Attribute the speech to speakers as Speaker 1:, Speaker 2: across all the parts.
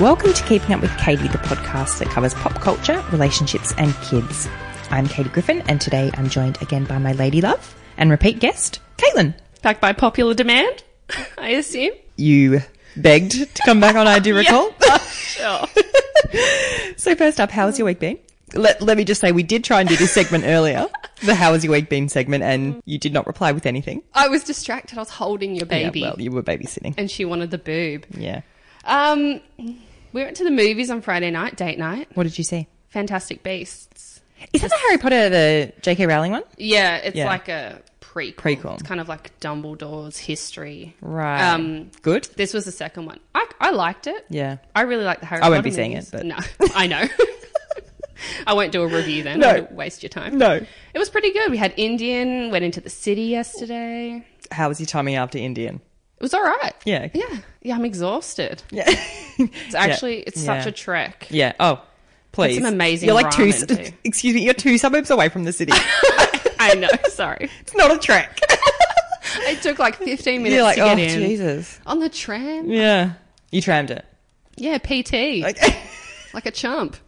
Speaker 1: Welcome to Keeping Up with Katie, the podcast that covers pop culture, relationships, and kids. I'm Katie Griffin, and today I'm joined again by my lady love and repeat guest, Caitlin.
Speaker 2: Back by popular demand, I assume.
Speaker 1: You begged to come back on, I do recall.
Speaker 2: Sure.
Speaker 1: So first up, how has your week been? Let, let me just say, we did try and do this segment earlier, the how has your week been segment, and you did not reply with anything.
Speaker 2: I was distracted. I was holding your
Speaker 1: Yeah,
Speaker 2: baby,
Speaker 1: well, you were babysitting.
Speaker 2: and she wanted the boob.
Speaker 1: Yeah.
Speaker 2: Um, we went to the movies on Friday night, date night.
Speaker 1: What did you see?
Speaker 2: Fantastic Beasts.
Speaker 1: Is that the Harry Potter, the J.K. Rowling one?
Speaker 2: Yeah, it's
Speaker 1: Yeah.
Speaker 2: like a prequel.
Speaker 1: Prequel.
Speaker 2: It's kind of like Dumbledore's history.
Speaker 1: Right.
Speaker 2: Um,
Speaker 1: Good.
Speaker 2: This was the second one. I, I liked it.
Speaker 1: Yeah.
Speaker 2: I really like the Harry
Speaker 1: I
Speaker 2: Potter
Speaker 1: won't be seeing it,
Speaker 2: movies.
Speaker 1: but-
Speaker 2: No, I know. I won't do a review then.
Speaker 1: No.
Speaker 2: I won't waste your time.
Speaker 1: No.
Speaker 2: It was pretty good. We had Indian, went into the city yesterday.
Speaker 1: How was your timing after Indian?
Speaker 2: It was all right.
Speaker 1: Yeah.
Speaker 2: Yeah. Yeah, I'm exhausted.
Speaker 1: Yeah.
Speaker 2: It's actually, it's such a trek.
Speaker 1: Yeah. Oh, please.
Speaker 2: It's an amazing
Speaker 1: You're like two.
Speaker 2: ramen
Speaker 1: s-
Speaker 2: too.
Speaker 1: Excuse me. You're two suburbs away from the city.
Speaker 2: I know. Sorry.
Speaker 1: it's not a trek.
Speaker 2: It took like 15 minutes
Speaker 1: you're like,
Speaker 2: to
Speaker 1: oh
Speaker 2: get in.
Speaker 1: Jesus.
Speaker 2: On the tram.
Speaker 1: Yeah. You trammed it.
Speaker 2: Yeah, PT. Like,
Speaker 1: Like-
Speaker 2: a chump.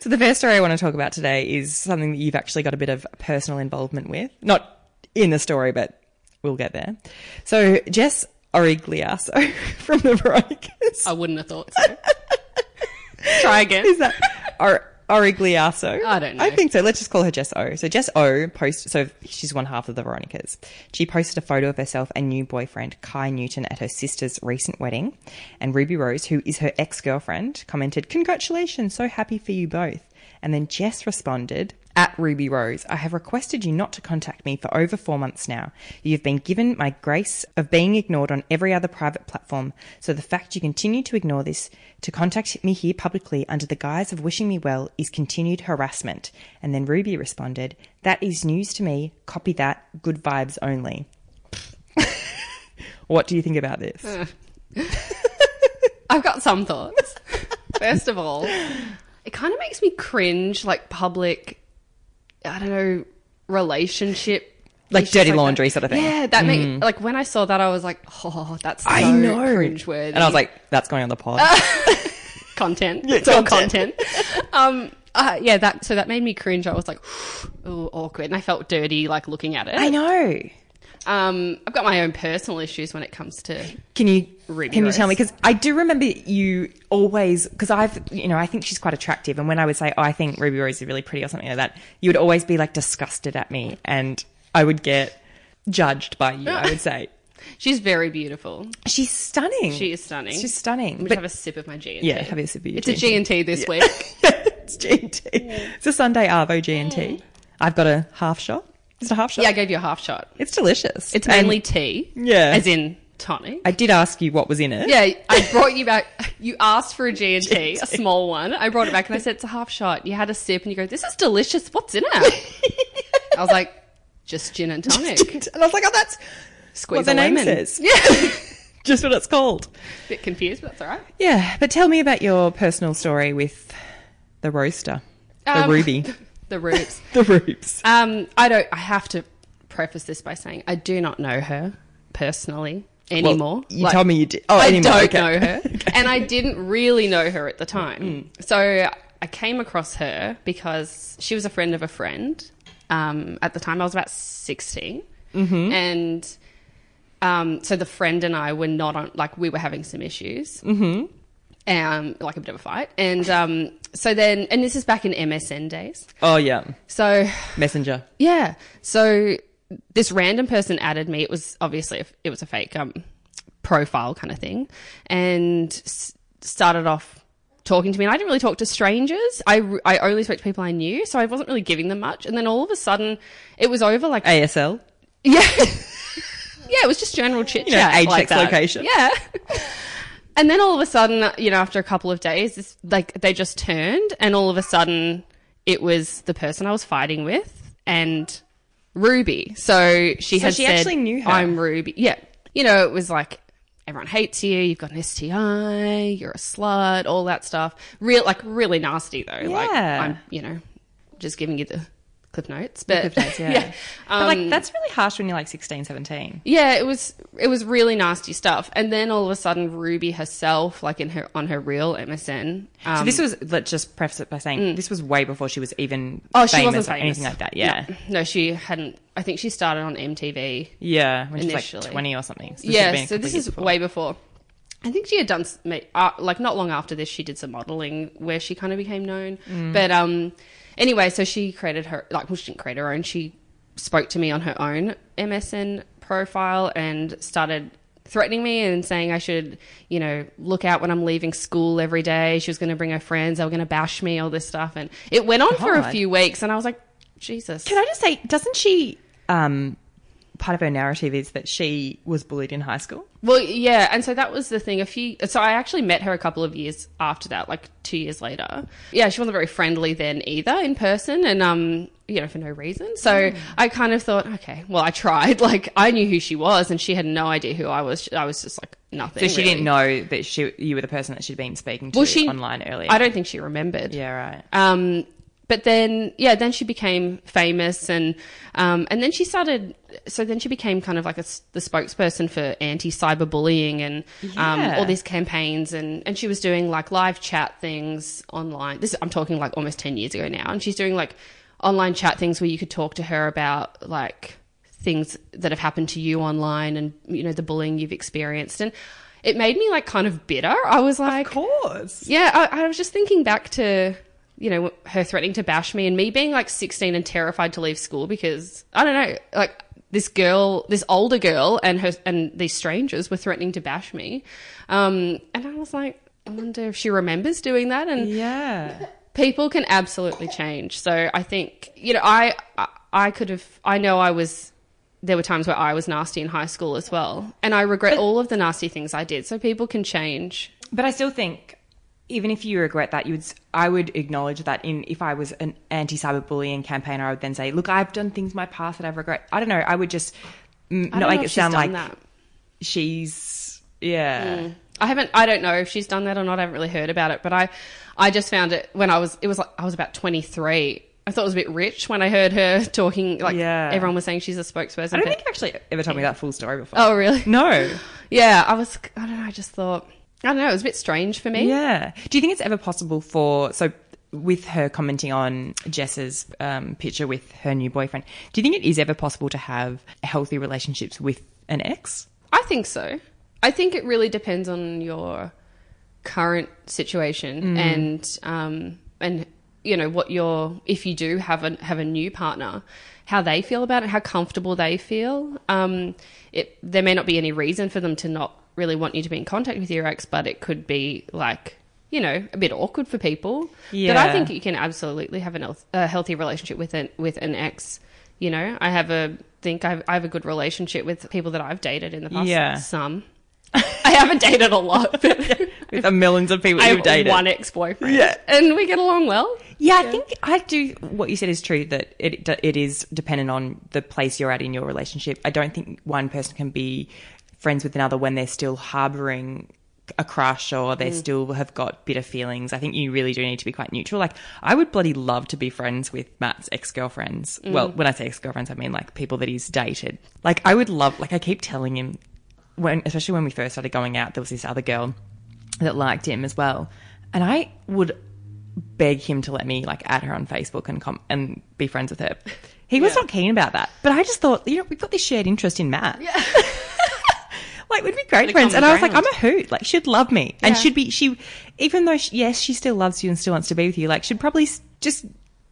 Speaker 1: so the first story I want to talk about today is something that you've actually got a bit of personal involvement with. Not in the story, but we'll get there. So Jess Origliasso from the Veronicas.
Speaker 2: I wouldn't have thought so. Try again.
Speaker 1: Is that or Origliasso?
Speaker 2: I don't know.
Speaker 1: I think so. Let's just call her Jess O. So Jess O post so she's one half of the Veronicas. She posted a photo of herself and new boyfriend Kai Newton at her sister's recent wedding, and Ruby Rose, who is her ex-girlfriend, commented, "Congratulations, so happy for you both." And then Jess responded, at Ruby Rose, I have requested you not to contact me for over four months now. You have been given my grace of being ignored on every other private platform, so the fact you continue to ignore this, to contact me here publicly under the guise of wishing me well, is continued harassment. And then Ruby responded, That is news to me. Copy that. Good vibes only. what do you think about this?
Speaker 2: I've got some thoughts. First of all, it kind of makes me cringe, like public, I don't know, relationship.
Speaker 1: Like
Speaker 2: issues
Speaker 1: dirty
Speaker 2: that.
Speaker 1: laundry sort of thing.
Speaker 2: Yeah, that made like when I saw that, I was like, oh, that's so
Speaker 1: I know.
Speaker 2: cringeworthy.
Speaker 1: And I was like, That's going on the pod.
Speaker 2: content. it's all content. um, uh, yeah, that so that made me cringe. I was like, oh, awkward, and I felt dirty like looking at
Speaker 1: I
Speaker 2: it.
Speaker 1: know.
Speaker 2: Um, I've got my own personal issues when it comes to.
Speaker 1: Can you
Speaker 2: Ruby
Speaker 1: can you tell me?
Speaker 2: Rose.
Speaker 1: Because I do remember you always because I've you know I think she's quite attractive, and when I would say oh, I think Ruby Rose is really pretty or something like that, you would always be like disgusted at me, and I would get judged by you. I would say
Speaker 2: She's very beautiful.
Speaker 1: she's stunning.
Speaker 2: She is stunning.
Speaker 1: She's
Speaker 2: Let
Speaker 1: stunning.
Speaker 2: me
Speaker 1: But
Speaker 2: have a sip of my G and T.
Speaker 1: yeah, have a sip of your
Speaker 2: It's a
Speaker 1: G&T.
Speaker 2: G and T this week.
Speaker 1: it's G and T. It's a Sunday Arvo G and T. I've got a half shot. Is it a half shot?
Speaker 2: Yeah, I gave you a half shot.
Speaker 1: It's delicious.
Speaker 2: It's
Speaker 1: And
Speaker 2: mainly tea.
Speaker 1: Yeah.
Speaker 2: as in tonic.
Speaker 1: I did ask you what was in it.
Speaker 2: yeah, I brought you back. You asked for a G and T, a small one. I brought it back and I said it's a half shot. You had a sip and you go, "This is delicious. What's in it?" I was like, "Just gin and tonic."
Speaker 1: and I was like, oh, that's
Speaker 2: Squeeze
Speaker 1: what the
Speaker 2: a
Speaker 1: name
Speaker 2: lemon.
Speaker 1: says.
Speaker 2: Yeah.
Speaker 1: just what it's called.
Speaker 2: Bit confused, but that's all right.
Speaker 1: Yeah, but tell me about your personal story with the roaster, the
Speaker 2: Um,
Speaker 1: Ruby,
Speaker 2: The roots.
Speaker 1: the Rubes.
Speaker 2: Um, I don't. I have to preface this by saying I do not know her personally anymore.
Speaker 1: you
Speaker 2: Like,
Speaker 1: told me you did. Oh,
Speaker 2: I
Speaker 1: anymore.
Speaker 2: don't
Speaker 1: okay. Mm-hmm.
Speaker 2: know her, and I didn't really know her at the time. So I came across her because she was a friend of a friend. Um, at the time, I was about 16
Speaker 1: Mm-hmm.
Speaker 2: and um, so the friend and I were not on. Like we were having some issues, mm-hmm. um, like a bit of a fight, and um, so then, and this is back in MSN days.
Speaker 1: Oh yeah,
Speaker 2: So
Speaker 1: Messenger.
Speaker 2: yeah. So this random person added me. It was obviously it was a fake um, profile kind of thing, and s- started off talking to me. And I didn't really talk to strangers. I r- I only spoke to people I knew, so I wasn't really giving them much. And then all of a sudden, it was over. Like
Speaker 1: ASL.
Speaker 2: yeah. yeah, it was just general chit chat.
Speaker 1: know, age, sex,
Speaker 2: like that.
Speaker 1: location.
Speaker 2: Yeah. and then all of a sudden, you know, after a couple of days, this, like they just turned and all of a sudden it was the person I was fighting with and Ruby. So she
Speaker 1: So
Speaker 2: had
Speaker 1: she
Speaker 2: said,
Speaker 1: actually knew her.
Speaker 2: I'm Ruby. Yeah. You know, it was like, everyone hates you. You've got an STI. You're a slut, all that stuff. Real, like really nasty though. Like
Speaker 1: Yeah.
Speaker 2: I'm, you know, just giving you the clip notes, but
Speaker 1: Clip notes, yeah.
Speaker 2: Uh, um,
Speaker 1: but like that's really harsh when you're like 16, 17.
Speaker 2: yeah, it was it was really nasty stuff. And then all of a sudden, Ruby herself, like in her on her real MSN, um, mm.
Speaker 1: so this was let's just preface it by saying this was way before she was even
Speaker 2: oh
Speaker 1: famous
Speaker 2: she wasn't
Speaker 1: or
Speaker 2: famous.
Speaker 1: anything like that. Yeah.
Speaker 2: no, no, she hadn't. I think she started on MTV.
Speaker 1: Yeah, when she's like
Speaker 2: Initially.
Speaker 1: 20 or something. So this
Speaker 2: yeah,
Speaker 1: would've been a
Speaker 2: so
Speaker 1: couple
Speaker 2: this
Speaker 1: of years
Speaker 2: is way before. I think she had done s- ma- uh, like not long after this. She did some modeling where she kind of became known.
Speaker 1: Mm.
Speaker 2: But um, anyway, so she created her like well, she didn't create her own. She spoke to me on her own MSN profile and started threatening me and saying I should, you know, look out when I'm leaving school every day. She was going to bring her friends. They were going to bash me. All this stuff, and it went on for a
Speaker 1: God.
Speaker 2: few weeks. And I was like, Jesus.
Speaker 1: Can I just say, doesn't she? Um, part of her narrative is that she was bullied in high school.
Speaker 2: Well, yeah, and so that was the thing. A few, so I actually met her a couple of years after that, like two years later. Yeah, she wasn't very friendly then either in person, and um, you know, for no reason. So
Speaker 1: Hmm.
Speaker 2: I kind of thought, okay, well, I tried. Like I knew who she was, and she had no idea who I was. I was just like
Speaker 1: So
Speaker 2: nothing.
Speaker 1: she
Speaker 2: really.
Speaker 1: didn't know that she you were the person that she'd been speaking to
Speaker 2: Well, she
Speaker 1: online earlier.
Speaker 2: I don't think she remembered.
Speaker 1: yeah, right.
Speaker 2: Um, but then, yeah, then she became famous, and um, and then she started. So then she became kind of like a s the spokesperson for anti cyberbullying and um,
Speaker 1: Yeah.
Speaker 2: all these campaigns, and and she was doing like live chat things online. This I'm talking like almost ten years ago now, and she's doing like online chat things where you could talk to her about like things that have happened to you online, and you know the bullying you've experienced, and it made me like kind of bitter. I was like,
Speaker 1: Of course.
Speaker 2: yeah, I, I was just thinking back to you know her threatening to bash me and me being like 16 and terrified to leave school because I don't know, like this girl, this older girl, and her and these strangers were threatening to bash me, um, and I was like, I wonder if she remembers doing that and
Speaker 1: Yeah.
Speaker 2: people can absolutely change so i think you know i I- i could have i know i was there were times where i was nasty in high school as well and i regret all of the nasty things i did so people can change
Speaker 1: But I still think, even if you regret that, you would. s- I would acknowledge that. In if I was an anti-cyberbullying campaigner, I would then say, "Look, I've done things in my past that I regret." I don't know. I would just mm, not
Speaker 2: I don't
Speaker 1: make
Speaker 2: know
Speaker 1: it
Speaker 2: if she's
Speaker 1: sound like
Speaker 2: done that. Mm.
Speaker 1: she's. Yeah.
Speaker 2: I haven't. I don't know if she's done that or not. I haven't really heard about it. But I, I just found it when I was. It was like I was about twenty three. I thought it was a bit rich when I heard her talking. Like
Speaker 1: Yeah.
Speaker 2: everyone was saying she's a spokesperson.
Speaker 1: I don't
Speaker 2: for-
Speaker 1: think you've actually ever told me that full story before.
Speaker 2: oh really?
Speaker 1: No.
Speaker 2: Yeah. I was. I don't know. I just thought. I don't know. It was a bit strange for me.
Speaker 1: Yeah. Do you think it's ever possible for so with her commenting on Jess's um, picture with her new boyfriend? Do you think it is ever possible to have healthy relationships with an ex?
Speaker 2: I think so. I think it really depends on your current situation and um and you know what your if you do have a have a new partner how they feel about it how comfortable they feel um it there may not be any reason for them to not really want you to be in contact with your ex but it could be like you know a bit awkward for people but
Speaker 1: Yeah.
Speaker 2: i think you can absolutely have an, health- a healthy relationship with an with an ex you know i have a think I've, i have a good relationship with people that i've dated in the past
Speaker 1: Yeah.
Speaker 2: some i haven't dated a lot but
Speaker 1: With the millions of people
Speaker 2: I
Speaker 1: you've
Speaker 2: have
Speaker 1: dated.
Speaker 2: one ex boyfriend.
Speaker 1: Yeah.
Speaker 2: And we get along well.
Speaker 1: yeah, I think I do. What you said is true that it it is dependent on the place you're at in your relationship. I don't think one person can be friends with another when they're still harboring a crush or they still have got bitter feelings. I think you really do need to be quite neutral. Like I would bloody love to be friends with Matt's ex-girlfriends. Well, when I say ex-girlfriends, I mean like people that he's dated. Like I would love like I keep telling him when especially when we first started going out, there was this other girl that liked him as well. And I would beg him to let me like add her on Facebook and com- and be friends with her. He was not keen about that, but I just thought, you know, we've got this shared interest in Matt. Yeah. like we'd be great
Speaker 2: Bit of
Speaker 1: friends.
Speaker 2: common
Speaker 1: And I was like,
Speaker 2: ground.
Speaker 1: I'm a hoot. Like she'd love me, and
Speaker 2: Yeah.
Speaker 1: she'd be she, even though she, yes, she still loves you and still wants to be with you. Like she'd probably s- just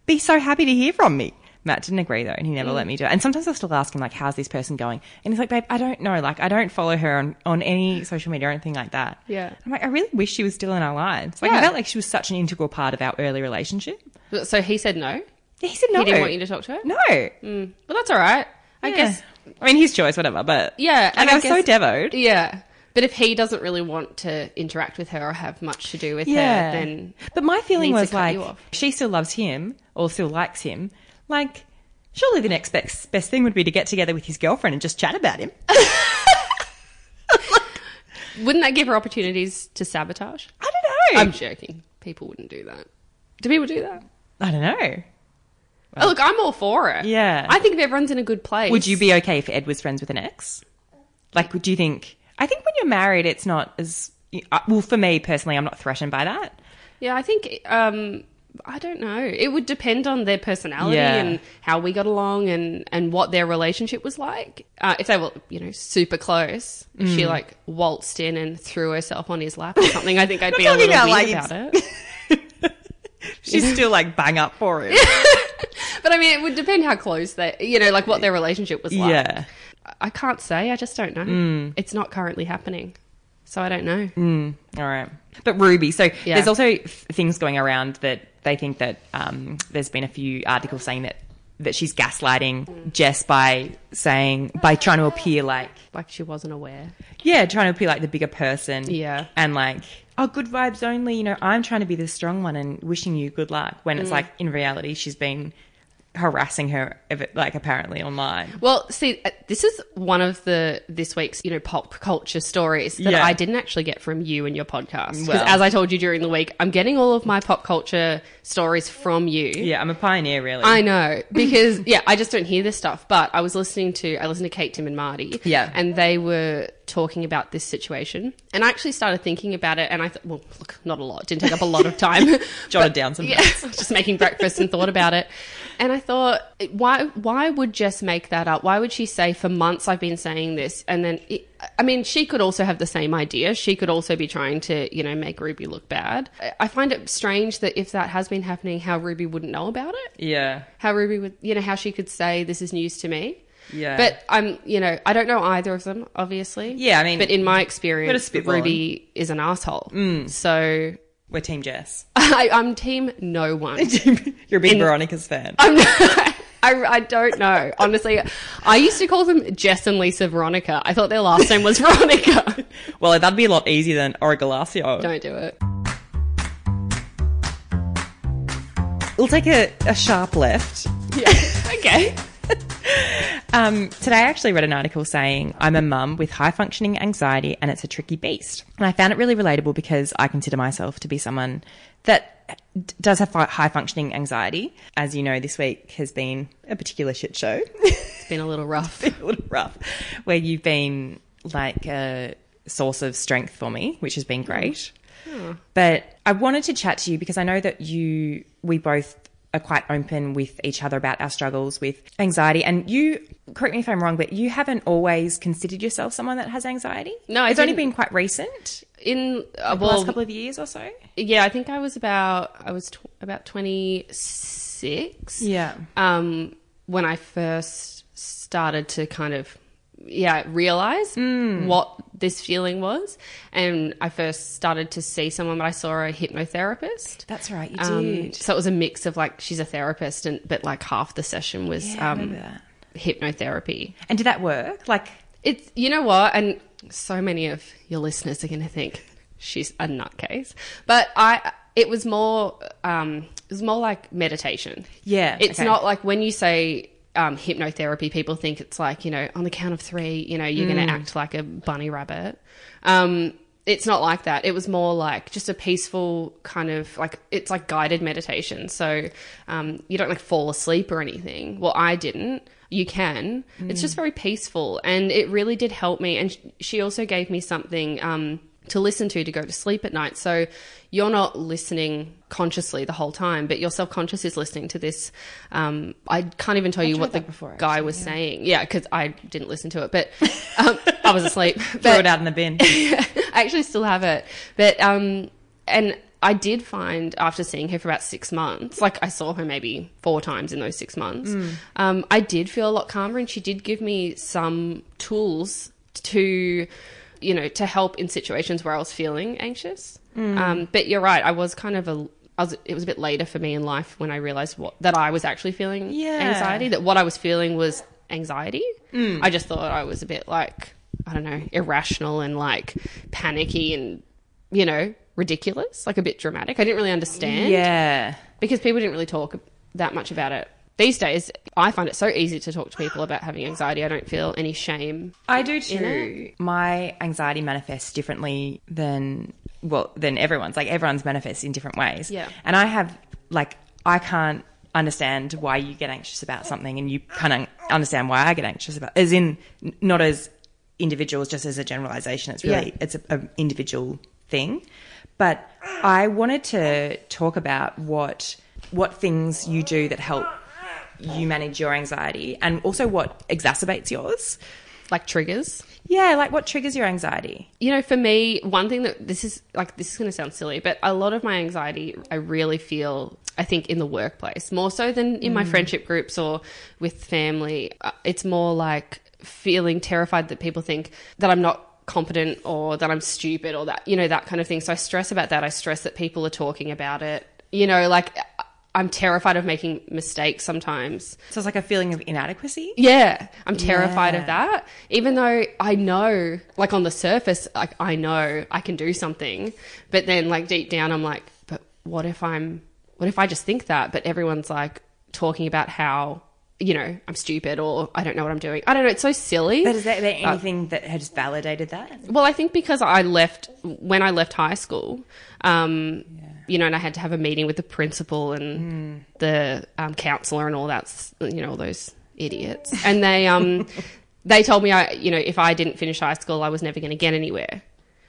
Speaker 1: be so happy to hear from me. Matt didn't agree though, and he
Speaker 2: Mm.
Speaker 1: never let me do it. And sometimes I still ask him like, "How's this person going?" And he's like, "Babe, I don't know. Like, I don't follow her on, on any social media or anything like that."
Speaker 2: Yeah.
Speaker 1: I'm like, I really wish she was still in our lives. Like, I
Speaker 2: Yeah.
Speaker 1: felt like she was such an integral part of our early relationship.
Speaker 2: So he said no.
Speaker 1: Yeah, he said no.
Speaker 2: He didn't want you to talk to her?
Speaker 1: No.
Speaker 2: Mm. Well, that's all right. I
Speaker 1: Yeah.
Speaker 2: guess.
Speaker 1: I mean, his choice, whatever. But
Speaker 2: Yeah.
Speaker 1: like, I was so
Speaker 2: guess-
Speaker 1: devoed.
Speaker 2: Yeah. But if he doesn't really want to interact with her or have much to do with her, then.
Speaker 1: but my feeling
Speaker 2: needs to
Speaker 1: was
Speaker 2: cut
Speaker 1: like
Speaker 2: you off.
Speaker 1: she still loves him or still likes him. Like, surely the next best, best thing would be to get together with his girlfriend and just chat about him.
Speaker 2: Wouldn't that give her opportunities to sabotage?
Speaker 1: I don't know.
Speaker 2: I'm joking. People wouldn't do that. Do people do that?
Speaker 1: I don't know.
Speaker 2: Oh, look, I'm all for it.
Speaker 1: Yeah.
Speaker 2: I think if everyone's in a good place.
Speaker 1: Would you be okay if Ed was friends with an ex? Like, would you think? I think when you're married, it's not as uh, well. For me personally, I'm not threatened by that.
Speaker 2: Yeah, I think um I don't know. It would depend on their personality
Speaker 1: Yeah.
Speaker 2: and how we got along and and what their relationship was like. Uh, if they were, you know, super close, if
Speaker 1: Mm.
Speaker 2: she like waltzed in and threw herself on his lap or something, I think I'd be a
Speaker 1: talking
Speaker 2: little
Speaker 1: about,
Speaker 2: weird
Speaker 1: like,
Speaker 2: about it.
Speaker 1: She's still like bang up for him.
Speaker 2: But I mean, it would depend how close they, you know, like what their relationship was like.
Speaker 1: Yeah. Mm.
Speaker 2: I- I can't say. I just don't know. It's not currently happening, so I don't know.
Speaker 1: All right. But Ruby, so
Speaker 2: Yeah.
Speaker 1: there's also f- things going around that they think that um, there's been a few articles saying that that she's gaslighting Jess by saying by trying to appear like
Speaker 2: Like she wasn't aware.
Speaker 1: yeah, trying to appear like the bigger person.
Speaker 2: Yeah.
Speaker 1: And like, oh, good vibes only. You know, I'm trying to be the strong one and wishing you good luck. When it's like, in reality, she's been harassing her, ev- like, apparently online.
Speaker 2: Well, see, uh, this is one of the this week's you know pop culture stories that
Speaker 1: Yeah.
Speaker 2: I didn't actually get from you and your podcast because,
Speaker 1: Well.
Speaker 2: as I told you during the week, I'm getting all of my pop culture stories from you.
Speaker 1: Yeah, I'm a pioneer, really.
Speaker 2: I know because yeah, I just don't hear this stuff. But I was listening to I listened to Kate, Tim, and Marty.
Speaker 1: Yeah.
Speaker 2: and they were talking about this situation, and I actually started thinking about it. And I thought, well, look, not a lot. Didn't take up a lot of time.
Speaker 1: Jotted down some
Speaker 2: Yeah, just making breakfast and thought about it. And I thought, why why would Jess make that up? Why would she say for months I've been saying this? And then, it, I mean, she could also have the same idea. She could also be trying to, you know, make Ruby look bad. I- I find it strange that if that has been happening, how Ruby wouldn't know about it.
Speaker 1: Yeah.
Speaker 2: How Ruby would, you know, how she could say this is news to me.
Speaker 1: Yeah.
Speaker 2: But I'm, you know, I don't know either of them, obviously.
Speaker 1: Yeah, I mean,
Speaker 2: but in my
Speaker 1: bit of
Speaker 2: experience,
Speaker 1: spitballing.
Speaker 2: Ruby is an asshole.
Speaker 1: Mm.
Speaker 2: So
Speaker 1: We're Team Jess.
Speaker 2: I, I'm team no one.
Speaker 1: You're a big Veronica's fan.
Speaker 2: I'm not, I, I don't know. Honestly, I used to call them Jess and Lisa Veronica. I thought their last name was Veronica.
Speaker 1: Well, that'd be a lot easier than Origalacio.
Speaker 2: Don't do it.
Speaker 1: We'll take a, a sharp left.
Speaker 2: Yeah. Okay.
Speaker 1: Um, today, I actually read an article saying I'm a mum with high functioning anxiety and it's a tricky beast. And I found it really relatable because I consider myself to be someone that d- does have fi- high functioning anxiety. As you know, this week has been a particular shit show,
Speaker 2: It's been a little rough.
Speaker 1: a little rough, where you've been like a source of strength for me, which has been
Speaker 2: Hmm.
Speaker 1: great. But I wanted to chat to you because I know that you, we both are quite open with each other about our struggles with anxiety. And you, correct me if I'm wrong, but you haven't always considered yourself someone that has anxiety.
Speaker 2: No, I
Speaker 1: it's only
Speaker 2: didn't.
Speaker 1: been quite recent,
Speaker 2: In uh,
Speaker 1: the
Speaker 2: well,
Speaker 1: last couple of years or so.
Speaker 2: yeah, I think I was about I was tw- about twenty six.
Speaker 1: Yeah.
Speaker 2: Um, when I first started to kind of yeah realize
Speaker 1: Mm.
Speaker 2: what this feeling was, and I first started to see someone, but I saw a hypnotherapist.
Speaker 1: That's right, you
Speaker 2: Um,
Speaker 1: did.
Speaker 2: so it was a mix of like she's a therapist, and but like half the session was
Speaker 1: Yeah, I
Speaker 2: um,
Speaker 1: remember that.
Speaker 2: hypnotherapy.
Speaker 1: And did that work? Like,
Speaker 2: It's you know what, and so many of your listeners are going to think she's a nutcase, but I it was more um, it was more like meditation.
Speaker 1: Yeah,
Speaker 2: it's
Speaker 1: okay.
Speaker 2: not like when you say. Um, hypnotherapy people think it's like you know on the count of three you know you're going to act like a bunny rabbit um it's not like that it was more like just a peaceful kind of like it's like guided meditation so um you don't like fall asleep or anything well i didn't you can it's just very peaceful and it really did help me and sh- she also gave me something um to listen to to go to sleep at night so you're not listening consciously the whole time but your subconscious is listening to this um i can't even tell you what the
Speaker 1: tried that before,
Speaker 2: guy was saying yeah because i didn't listen to it but um, i was asleep
Speaker 1: throw
Speaker 2: But-
Speaker 1: it out in the bin.
Speaker 2: I actually still have it. But um and I did find after seeing her for about six months, like I saw her maybe four times in those six months, um, I did feel a lot calmer and she did give me some tools to you know, to help in situations where I was feeling anxious. Um, but you're right, I was kind of a I was, it was a bit later for me in life when I realized what, that I was actually feeling
Speaker 1: Yeah.
Speaker 2: anxiety, that what I was feeling was anxiety. I just thought I was a bit like, I don't know, irrational and like panicky and, you know, ridiculous, like a bit dramatic. I didn't really understand
Speaker 1: yeah.
Speaker 2: because people didn't really talk that much about it. These days, I find it so easy to talk to people about having anxiety. I don't feel any shame.
Speaker 1: I do too. My anxiety manifests differently than well than everyone's. Like everyone's manifests in different ways.
Speaker 2: Yeah.
Speaker 1: And I have like I can't understand why you get anxious about something and you kind of understand why I get anxious about as in n- not as individuals just as a generalization it's really
Speaker 2: Yeah.
Speaker 1: it's an individual thing but I wanted to talk about what what things you do that help you manage your anxiety and also what exacerbates yours
Speaker 2: like triggers.
Speaker 1: yeah like what triggers your anxiety
Speaker 2: you know, for me, one thing that this is like this is going to sound silly, but a lot of my anxiety I really feel I think in the workplace more so than in my friendship groups or with family. Uh, It's more like feeling terrified that people think that I'm not competent or that I'm stupid or that you know that kind of thing. So I stress about that. I stress that people are talking about it. You know, like I- I'm terrified of making mistakes sometimes.
Speaker 1: so it's like a feeling of inadequacy
Speaker 2: Yeah, I'm terrified
Speaker 1: Yeah.
Speaker 2: of that. Even though I know, like on the surface, like I know I can do something, but then like deep down, I'm like, but what if I'm? What if I just think that? But everyone's like talking about how you know I'm stupid or I don't know what I'm doing. I don't know. It's so silly.
Speaker 1: but is there, there anything that has validated that
Speaker 2: Well, I think because I left when I left high school, um, you know, and I had to have a meeting with the
Speaker 1: Hmm.
Speaker 2: principal and the um, counselor and all that, s- you know, all those idiots, and they um, they told me I, you know, if I didn't finish high school, I was never going to get anywhere.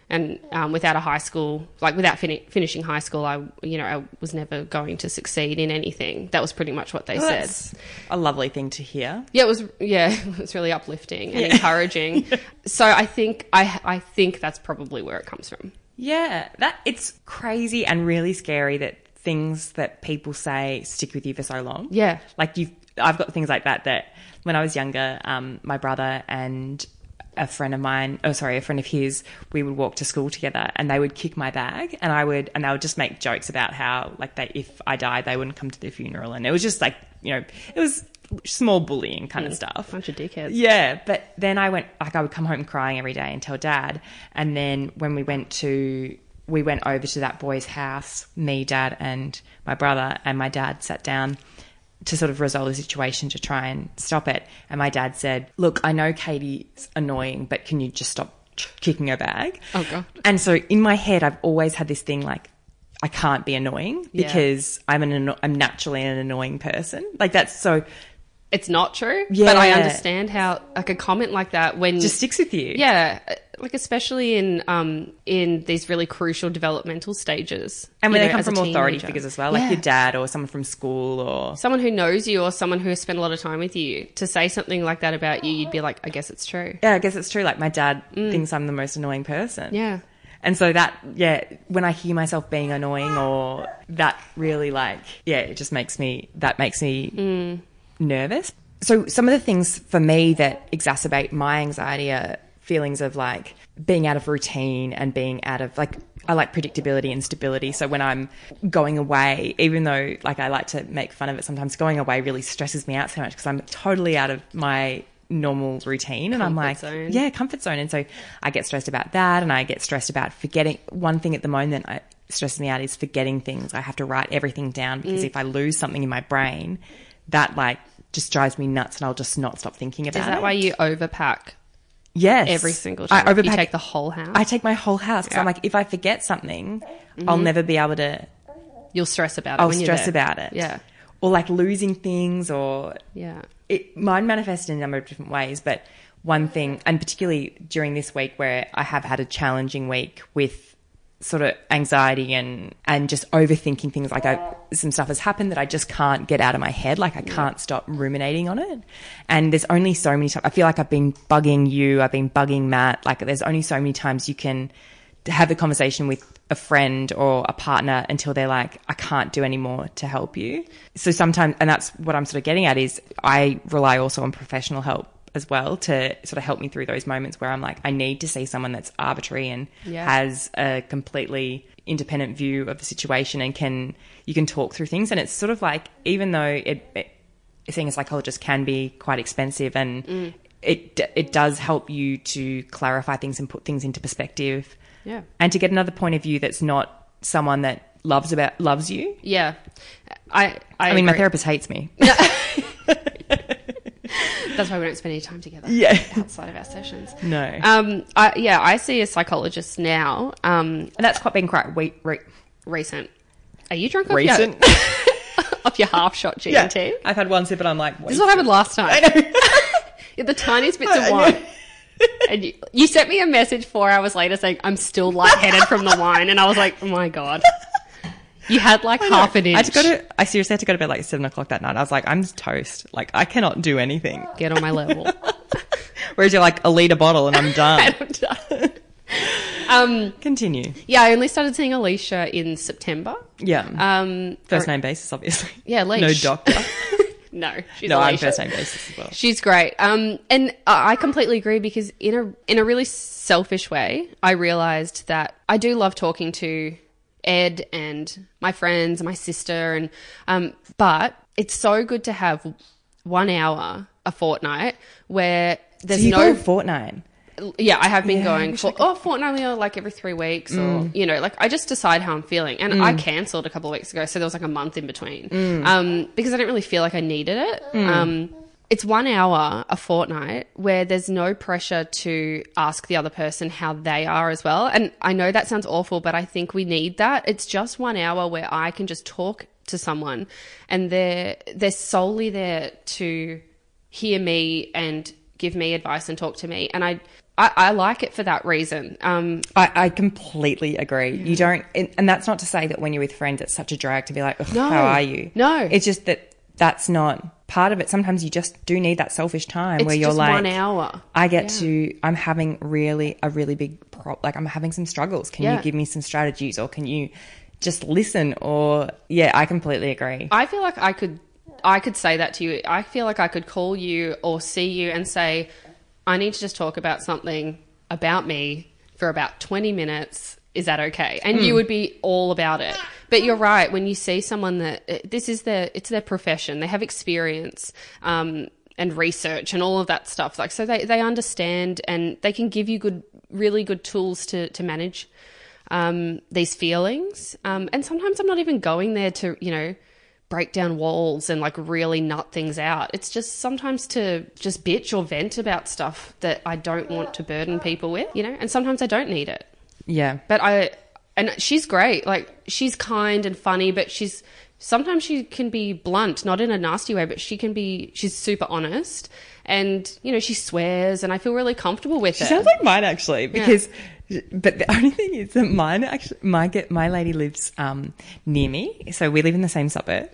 Speaker 2: And um, without a high school, like without fini- finishing high school, I, you know, I was never going to succeed in anything. That was pretty much what they
Speaker 1: Well,
Speaker 2: said.
Speaker 1: that's a lovely thing to hear.
Speaker 2: Yeah, it was. Yeah, it was really uplifting and encouraging. So I think I I think that's probably where it comes from.
Speaker 1: Yeah, that it's crazy and really scary that things that people say stick with you for so long.
Speaker 2: Yeah.
Speaker 1: like you, have I've got things like that. That when I was younger, um, my brother and a friend of mine, oh sorry, a friend of his, we would walk to school together, and they would kick my bag, and I would, and they would just make jokes about how like they, if I died, they wouldn't come to the funeral, and it was just like you know, it was small bullying kind of stuff.
Speaker 2: Bunch of dickheads.
Speaker 1: Yeah, but then I went like I would come home crying every day and tell dad. And then when we went to we went over to that boy's house, me, dad, and my brother, and my dad sat down to sort of resolve the situation to try and stop it. And my dad said, "Look, I know Katie's annoying, but can you just stop kicking her bag?"
Speaker 2: Oh, God.
Speaker 1: And so in my head, I've always had this thing like. I can't be annoying
Speaker 2: Yeah.
Speaker 1: because I'm an anno- I'm naturally an annoying person. Like that's so
Speaker 2: It's not true. But I
Speaker 1: Yeah.
Speaker 2: understand how like a comment like that when
Speaker 1: just sticks with you.
Speaker 2: yeah, uh, like especially in um in these really crucial developmental stages,
Speaker 1: And when they
Speaker 2: you know,
Speaker 1: come
Speaker 2: as a
Speaker 1: from authority
Speaker 2: teenager.
Speaker 1: figures as well, like
Speaker 2: Yeah.
Speaker 1: your dad or someone from school or
Speaker 2: Someone who knows you or someone who has spent a lot of time with you to say something like that about you, you'd be like, I guess it's true.
Speaker 1: yeah, I guess it's true. Like my dad thinks I'm the most annoying person.
Speaker 2: Yeah.
Speaker 1: And so that yeah, when I hear myself being annoying or that really like yeah, it just makes me that makes me
Speaker 2: Mm.
Speaker 1: nervous. So some of the things for me that exacerbate my anxiety are feelings of like being out of routine and being out of like I like predictability and stability. So when I'm going away, even though like I like to make fun of it sometimes, going away really stresses me out so much because I'm totally out of my normal routine and I'm
Speaker 2: Comfort
Speaker 1: like
Speaker 2: zone.
Speaker 1: yeah, comfort zone and so I get stressed about that and I get stressed about forgetting one thing at the moment I stresses me out is forgetting things. I have to write everything down because
Speaker 2: Mm.
Speaker 1: if I lose something in my brain, that like just drives me nuts and I'll just not stop thinking about
Speaker 2: Is that
Speaker 1: it.
Speaker 2: why you overpack
Speaker 1: yes.
Speaker 2: every single time?
Speaker 1: I
Speaker 2: You
Speaker 1: overpack
Speaker 2: take the whole house.
Speaker 1: I take my whole house because I'm
Speaker 2: Yeah.
Speaker 1: like, if I forget something, I'll never be able to.
Speaker 2: You'll stress about it.
Speaker 1: I'll
Speaker 2: when you're
Speaker 1: stress
Speaker 2: there.
Speaker 1: about it.
Speaker 2: Yeah.
Speaker 1: Or like losing things, or
Speaker 2: Yeah.
Speaker 1: it mine manifests in a number of different ways. But one thing, and particularly during this week where I have had a challenging week with sort of anxiety and and just overthinking things like I some stuff has happened that I just can't get out of my head like I can't stop ruminating on it and there's only so many times I feel like I've been bugging you I've been bugging Matt like there's only so many times you can have a conversation with a friend or a partner until they're like I can't do any more to help you so sometimes and that's what I'm sort of getting at is I rely also on professional help as well to sort of help me through those moments where I'm like I need to see someone that's arbitrary and
Speaker 2: Yeah.
Speaker 1: has has a completely independent view of the situation and can you can talk through things and it's sort of like even though it, it seeing a psychologist can be quite expensive and
Speaker 2: Mm.
Speaker 1: it d- it does help you to clarify things and put things into perspective
Speaker 2: Yeah.
Speaker 1: and to get another point of view that's not someone that loves about loves you
Speaker 2: Yeah. I I,
Speaker 1: I mean, my
Speaker 2: agree.
Speaker 1: therapist hates me.
Speaker 2: that's why we don't spend any time together
Speaker 1: Yeah.
Speaker 2: outside of our sessions.
Speaker 1: No.
Speaker 2: Um I yeah, I see a psychologist now. Um
Speaker 1: And that's quite been quite weak. Re-
Speaker 2: recent. Are you drunk off your-
Speaker 1: recent.
Speaker 2: of your half shot G and T.
Speaker 1: I've had one sip and I'm like, what
Speaker 2: This is what happened last time. the tiniest bits of wine. And you, you sent me a message four hours later saying, I'm still lightheaded from the wine. And I was like, oh my God. You had like half an inch.
Speaker 1: I had to go to. I seriously had to go to bed like seven o'clock that night. I was like, I'm toast. Like I cannot do anything.
Speaker 2: Get on my level.
Speaker 1: Whereas you're like a liter bottle and I'm done.
Speaker 2: And I'm done. um,
Speaker 1: Continue.
Speaker 2: yeah, I only started seeing Alicia in September.
Speaker 1: Yeah.
Speaker 2: Um,
Speaker 1: first
Speaker 2: or-
Speaker 1: name basis, obviously.
Speaker 2: Yeah, Leash.
Speaker 1: No doctor.
Speaker 2: No, she's
Speaker 1: no, I'm
Speaker 2: Alicia.
Speaker 1: first name basis as well.
Speaker 2: She's great. Um, and I I completely agree because in a in a really selfish way, I realized that I do love talking to Ed and my friends and my sister and um, but it's so good to have one hour a fortnight where there's
Speaker 1: you
Speaker 2: no
Speaker 1: go Fortnite.
Speaker 2: yeah, I have been going
Speaker 1: wish
Speaker 2: for oh fortnightly or like every three weeks or you know, like I just decide how I'm feeling. And I cancelled a couple of weeks ago, so there was like a month in between. Um, because I didn't really feel like I needed it. Um it's one hour a fortnight where there's no pressure to ask the other person how they are as well. And I know that sounds awful, but I think we need that. It's just one hour where I can just talk to someone and they're they're solely there to hear me and give me advice and talk to me. And I, I, I like it for that reason. Um,
Speaker 1: I, I completely agree. You don't, and, and that's not to say that when you're with friends, it's such a drag to be like, "Ugh,
Speaker 2: No.
Speaker 1: how are you?
Speaker 2: No.
Speaker 1: It's just that that's not part of it. Sometimes you just do need that selfish time
Speaker 2: it's
Speaker 1: where you're
Speaker 2: just
Speaker 1: like,
Speaker 2: one hour.
Speaker 1: I get to, I'm having really, a really big prop, like I'm having some struggles. Can
Speaker 2: Yeah.
Speaker 1: you give me some strategies or can you just listen? Or, yeah, I completely agree.
Speaker 2: I feel like I could, I could say that to you. I feel like I could call you or see you and say, I need to just talk about something about me for about 20 minutes. Is that okay? And you would be all about it. But you're right. When you see someone that this is their, it's their profession. They have experience. Um, and research and all of that stuff like so they, they understand and they can give you good really good tools to to manage um, these feelings. Um, and sometimes I'm not even going there to, you know, break down walls and like really nut things out. It's just sometimes to just bitch or vent about stuff that I don't want to burden people with, you know, and sometimes I don't need it.
Speaker 1: yeah.
Speaker 2: But I, and she's great. Like she's kind and funny, but she's, sometimes she can be blunt, not in a nasty way, but she can be, she's super honest. And, you know, she swears and I feel really comfortable with
Speaker 1: She
Speaker 2: it.
Speaker 1: sounds like mine actually, because. But the only thing is that mine actually, my get my lady lives um near me, so we live in the same suburb.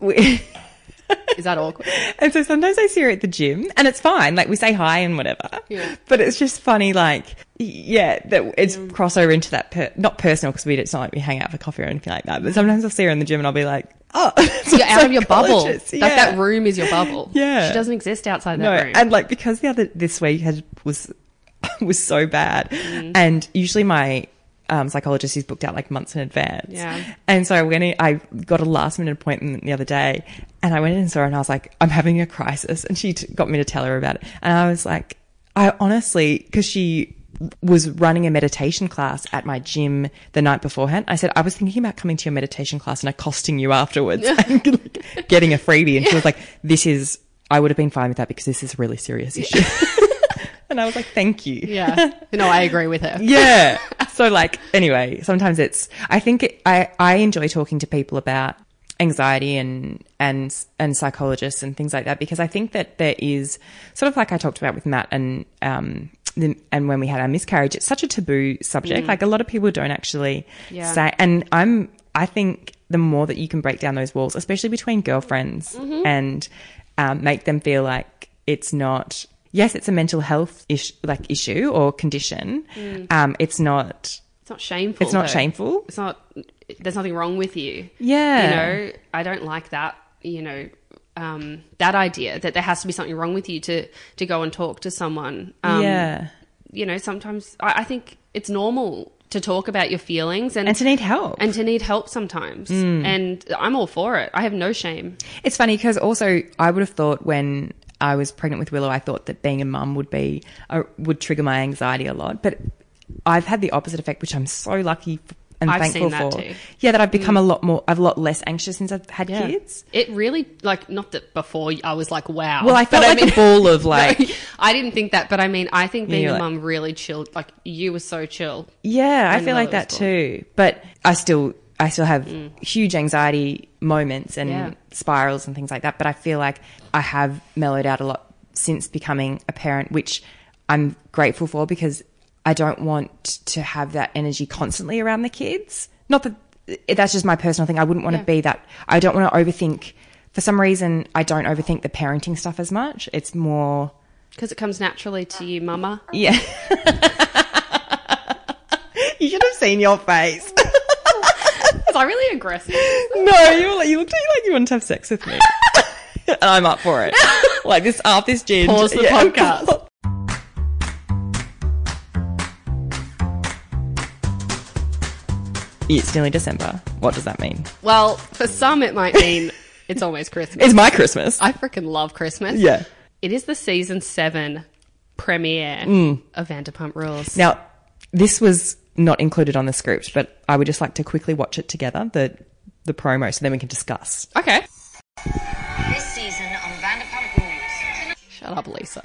Speaker 1: We-
Speaker 2: Is that awkward?
Speaker 1: and so sometimes I see her at the gym, and it's fine. Like we say hi and whatever.
Speaker 2: Yeah. Mm.
Speaker 1: But it's just funny, like yeah, that it's crossover into that per- not personal because we it's not like we hang out for coffee or anything like that. But sometimes I'll see her in the gym, and I'll be like, oh,
Speaker 2: You're out of your bubble.
Speaker 1: psychologist.
Speaker 2: Like
Speaker 1: Yeah.
Speaker 2: that room is your bubble.
Speaker 1: Yeah.
Speaker 2: She doesn't exist outside that
Speaker 1: No,
Speaker 2: room.
Speaker 1: and like because the other this week had was was so bad,
Speaker 2: Mm.
Speaker 1: and usually my um, psychologist is booked out like months in advance.
Speaker 2: Yeah.
Speaker 1: and so I went. In, I got a last minute appointment the other day, and I went in and saw her, and I was like, "I'm having a crisis," and she t- got me to tell her about it, and I was like, "I honestly," because she was running a meditation class at my gym the night beforehand. I said, I was thinking about coming to your meditation class and accosting you afterwards and like, getting a freebie. And she was like, this is, I would have been fine with that because this is a really serious issue. and I was like, thank you.
Speaker 2: yeah. No, I agree with her.
Speaker 1: Yeah. So like, anyway, sometimes it's, I think it, I, I enjoy talking to people about anxiety and, and, and psychologists and things like that because I think that there is sort of like I talked about with Matt and, um, the, and when we had our miscarriage, it's such a taboo subject. Like a lot of people don't actually
Speaker 2: Yeah.
Speaker 1: say, and I'm, I think the more that you can break down those walls, especially between girlfriends
Speaker 2: Mm-hmm.
Speaker 1: and, um, make them feel like it's not yes, it's a mental health ish, like issue or condition.
Speaker 2: Mm.
Speaker 1: Um, it's not.
Speaker 2: It's not shameful.
Speaker 1: It's not
Speaker 2: though.
Speaker 1: shameful.
Speaker 2: It's not, there's nothing wrong with you.
Speaker 1: Yeah.
Speaker 2: You know, I don't like that, you know, um, that idea that there has to be something wrong with you to, to go and talk to someone. Um,
Speaker 1: yeah,
Speaker 2: You know, sometimes I, I think it's normal to talk about your feelings and,
Speaker 1: and to Mm. need help.
Speaker 2: and to need help sometimes. And I'm all for it. I have no shame.
Speaker 1: It's funny because also I would have thought when I was pregnant with Willow, I thought that being a mum would be uh, would trigger my anxiety a lot, but I've had the opposite effect, which I'm so lucky f- and
Speaker 2: I've
Speaker 1: thankful
Speaker 2: seen that
Speaker 1: for.
Speaker 2: too.
Speaker 1: Yeah, that Mm. I've become a lot more, I've a lot less anxious since I've had kids.
Speaker 2: It really like not that before I was like wow.
Speaker 1: Well, I felt
Speaker 2: But
Speaker 1: like
Speaker 2: mean-
Speaker 1: a ball of like,
Speaker 2: I didn't think that, but I mean, I think being
Speaker 1: you're
Speaker 2: a
Speaker 1: like-
Speaker 2: mum really chilled. Like you were so chill.
Speaker 1: Yeah, I
Speaker 2: when
Speaker 1: feel like
Speaker 2: Lola
Speaker 1: that
Speaker 2: was
Speaker 1: too. But I still I still have huge anxiety moments and
Speaker 2: Yeah.
Speaker 1: spirals and things like that. But I feel like I have mellowed out a lot since becoming a parent, which I'm grateful for because I don't want to have that energy constantly around the kids. Not that eh, that's just my personal thing. I wouldn't want to be that. I don't want to overthink. For some reason, I don't overthink the parenting stuff as much. It's more,
Speaker 2: Because it comes naturally to you, mama.
Speaker 1: yeah. you should have seen your face.
Speaker 2: Because I really aggressive.
Speaker 1: No, you were like you looked at me like you wanted to have sex with me. and I'm up for it. Like this half this gin.
Speaker 2: Pause the podcast.
Speaker 1: It's nearly December. What does that mean?
Speaker 2: Well, for some, it might mean it's almost Christmas.
Speaker 1: It's my Christmas.
Speaker 2: I freaking love Christmas.
Speaker 1: yeah.
Speaker 2: It is the season seven premiere of Vanderpump Rules.
Speaker 1: Now, this was not included on the script, but I would just like to quickly watch it together, the the promo, so then we can discuss.
Speaker 2: Okay.
Speaker 3: This season on Vanderpump Rules.
Speaker 2: Shut up, Lisa.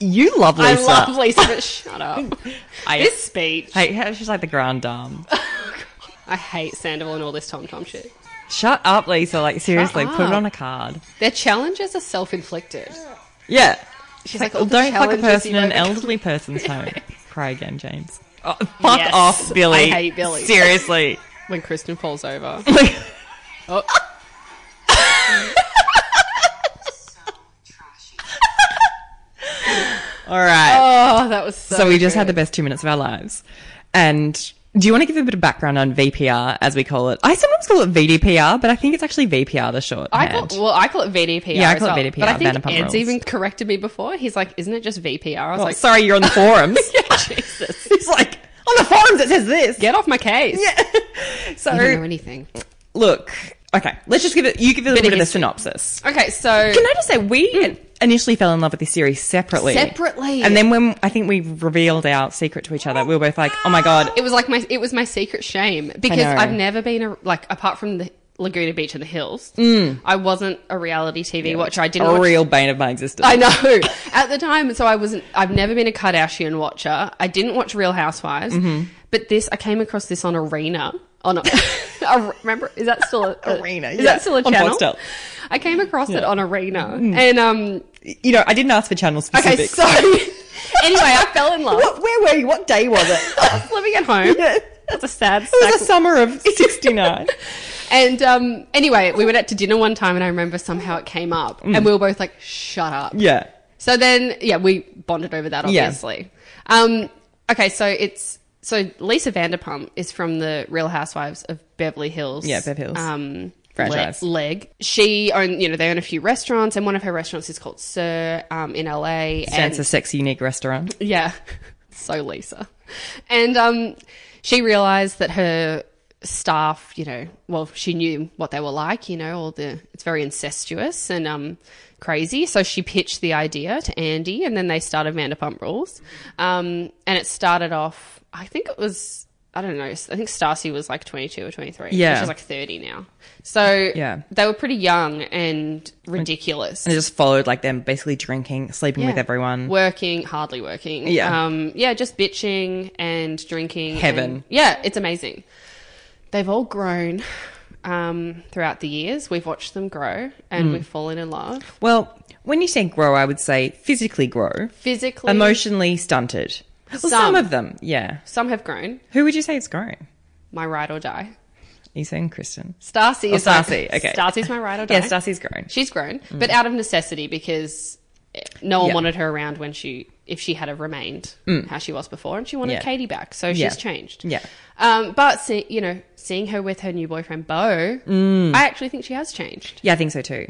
Speaker 1: You love Lisa.
Speaker 2: I love Lisa, but shut up.
Speaker 1: I-
Speaker 2: this speech.
Speaker 1: Hey, how- she's like the grand dame.
Speaker 2: I hate Sandoval and all this Tom Tom shit.
Speaker 1: Shut up, Lisa. Like seriously, put it
Speaker 2: up.
Speaker 1: on a card.
Speaker 2: Their challenges are self inflicted.
Speaker 1: Yeah.
Speaker 2: She's
Speaker 1: Like,
Speaker 2: all the
Speaker 1: don't fuck a
Speaker 2: challenges
Speaker 1: person
Speaker 2: you
Speaker 1: in an
Speaker 2: overcome.
Speaker 1: elderly person's home. Cry again, James. Oh, fuck
Speaker 2: Yes.
Speaker 1: off, Billy.
Speaker 2: I hate Billy.
Speaker 1: Seriously.
Speaker 2: When Kristen falls over.
Speaker 1: Like,
Speaker 2: Oh.
Speaker 1: all right.
Speaker 2: Oh, that was so.
Speaker 1: so we just had the
Speaker 2: good.
Speaker 1: best two minutes of our lives. And do you want to give a bit of background on VPR, as we call it? I sometimes call it VDPR, but I think it's actually VPR, the short.
Speaker 2: I call, well, I call it VDPR.
Speaker 1: Yeah, I
Speaker 2: as
Speaker 1: call it
Speaker 2: well.
Speaker 1: VDPR,
Speaker 2: But I think
Speaker 1: Vanderpump
Speaker 2: Ed's
Speaker 1: Rules.
Speaker 2: even corrected me before. He's like, "Isn't it just VPR?" I was like,
Speaker 1: Oh, sorry, you're on the forums.
Speaker 2: "Jesus,
Speaker 1: It's like, on the forums it says this.
Speaker 2: get off my case." Yeah,
Speaker 1: So,
Speaker 2: I don't know anything.
Speaker 1: look, okay, let's just give it, you give it a little
Speaker 2: of
Speaker 1: bit of a
Speaker 2: history.
Speaker 1: synopsis.
Speaker 2: Okay, so
Speaker 1: Can I just say we initially fell in love with this series Mm. separately.
Speaker 2: Separately.
Speaker 1: And then when I think we revealed our secret to each other, we were both like, "Oh my god."
Speaker 2: it was like my it was my secret shame because
Speaker 1: know.
Speaker 2: I've never been a, like apart from the Laguna Beach and the Hills. Mm. I wasn't a reality TV watcher. I didn't
Speaker 1: a
Speaker 2: watch
Speaker 1: real bane of my existence.
Speaker 2: I know. At the time, so I wasn't. I've never been a Kardashian watcher. I didn't watch Real Housewives,
Speaker 1: Mm-hmm.
Speaker 2: but this I came across this on Arena. On a, a- remember, is that still a,
Speaker 1: Arena,
Speaker 2: Is
Speaker 1: yeah,
Speaker 2: that still a
Speaker 1: on
Speaker 2: channel?
Speaker 1: Foxtel. Mm.
Speaker 2: I came across it on Arena, and um.
Speaker 1: You know, I didn't ask for channel
Speaker 2: Okay,
Speaker 1: specifics.
Speaker 2: so anyway, I fell in love.
Speaker 1: What- where were you? What day was it?
Speaker 2: I was living at home.
Speaker 1: Yeah.
Speaker 2: That's a sad.
Speaker 1: It was
Speaker 2: sack-
Speaker 1: the summer of '69.
Speaker 2: And um, anyway, we went out to dinner one time, and I remember somehow it came up, and we were both like, "Shut up."
Speaker 1: Mm. yeah.
Speaker 2: So then, yeah, we bonded over that,
Speaker 1: Yeah.
Speaker 2: obviously. Um, okay, so it's so Lisa Vanderpump is from the Real Housewives of Beverly Hills.
Speaker 1: Yeah, Bev Hills.
Speaker 2: Um,
Speaker 1: Franchise.
Speaker 2: le- leg. She own, you know, they own a few restaurants, and one of her restaurants is called Sir um, in LA. and-
Speaker 1: That's a sexy, unique restaurant.
Speaker 2: yeah. so Lisa. And um, she realized that her staff, you know, well, she knew what they were like, you know, all the, it's very incestuous and um, crazy. So she pitched the idea to Andy and then they started Vanderpump Rules. Um, and it started off, I think it was, I don't know, I think Stacey was like 22 or 23.
Speaker 1: Yeah.
Speaker 2: She's like 30 now. So
Speaker 1: Yeah.
Speaker 2: they were pretty young and ridiculous.
Speaker 1: And it just followed like them basically drinking, sleeping with
Speaker 2: Yeah.
Speaker 1: everyone.
Speaker 2: Working, hardly working.
Speaker 1: Yeah.
Speaker 2: Um, yeah, just bitching and drinking.
Speaker 1: Heaven.
Speaker 2: and- yeah, it's amazing. They've all grown um, throughout the years. We've watched them grow
Speaker 1: Mm.
Speaker 2: and we've fallen in love.
Speaker 1: Well, when you say grow, I would say physically grow,
Speaker 2: Physically,
Speaker 1: emotionally stunted. Well, some.
Speaker 2: Some.
Speaker 1: of them, yeah.
Speaker 2: some have grown.
Speaker 1: Who would you say is growing?
Speaker 2: My ride or die.
Speaker 1: Are you saying Kristen?
Speaker 2: Starcy is
Speaker 1: Stassi,
Speaker 2: My,
Speaker 1: Oh, okay.
Speaker 2: Starcy's my ride or die.
Speaker 1: Yeah, Stassi's grown.
Speaker 2: She's grown, but out of necessity because eh, no one
Speaker 1: Mm. Yeah. Mm.
Speaker 2: wanted her around when she, if she had have remained how she was before, and she wanted
Speaker 1: Yeah.
Speaker 2: Katie back, so
Speaker 1: Yeah.
Speaker 2: she's changed.
Speaker 1: Yeah.
Speaker 2: Um, but see, you know, seeing her with her new boyfriend Bo,
Speaker 1: Mm.
Speaker 2: I actually think she has changed.
Speaker 1: Yeah, I think so too.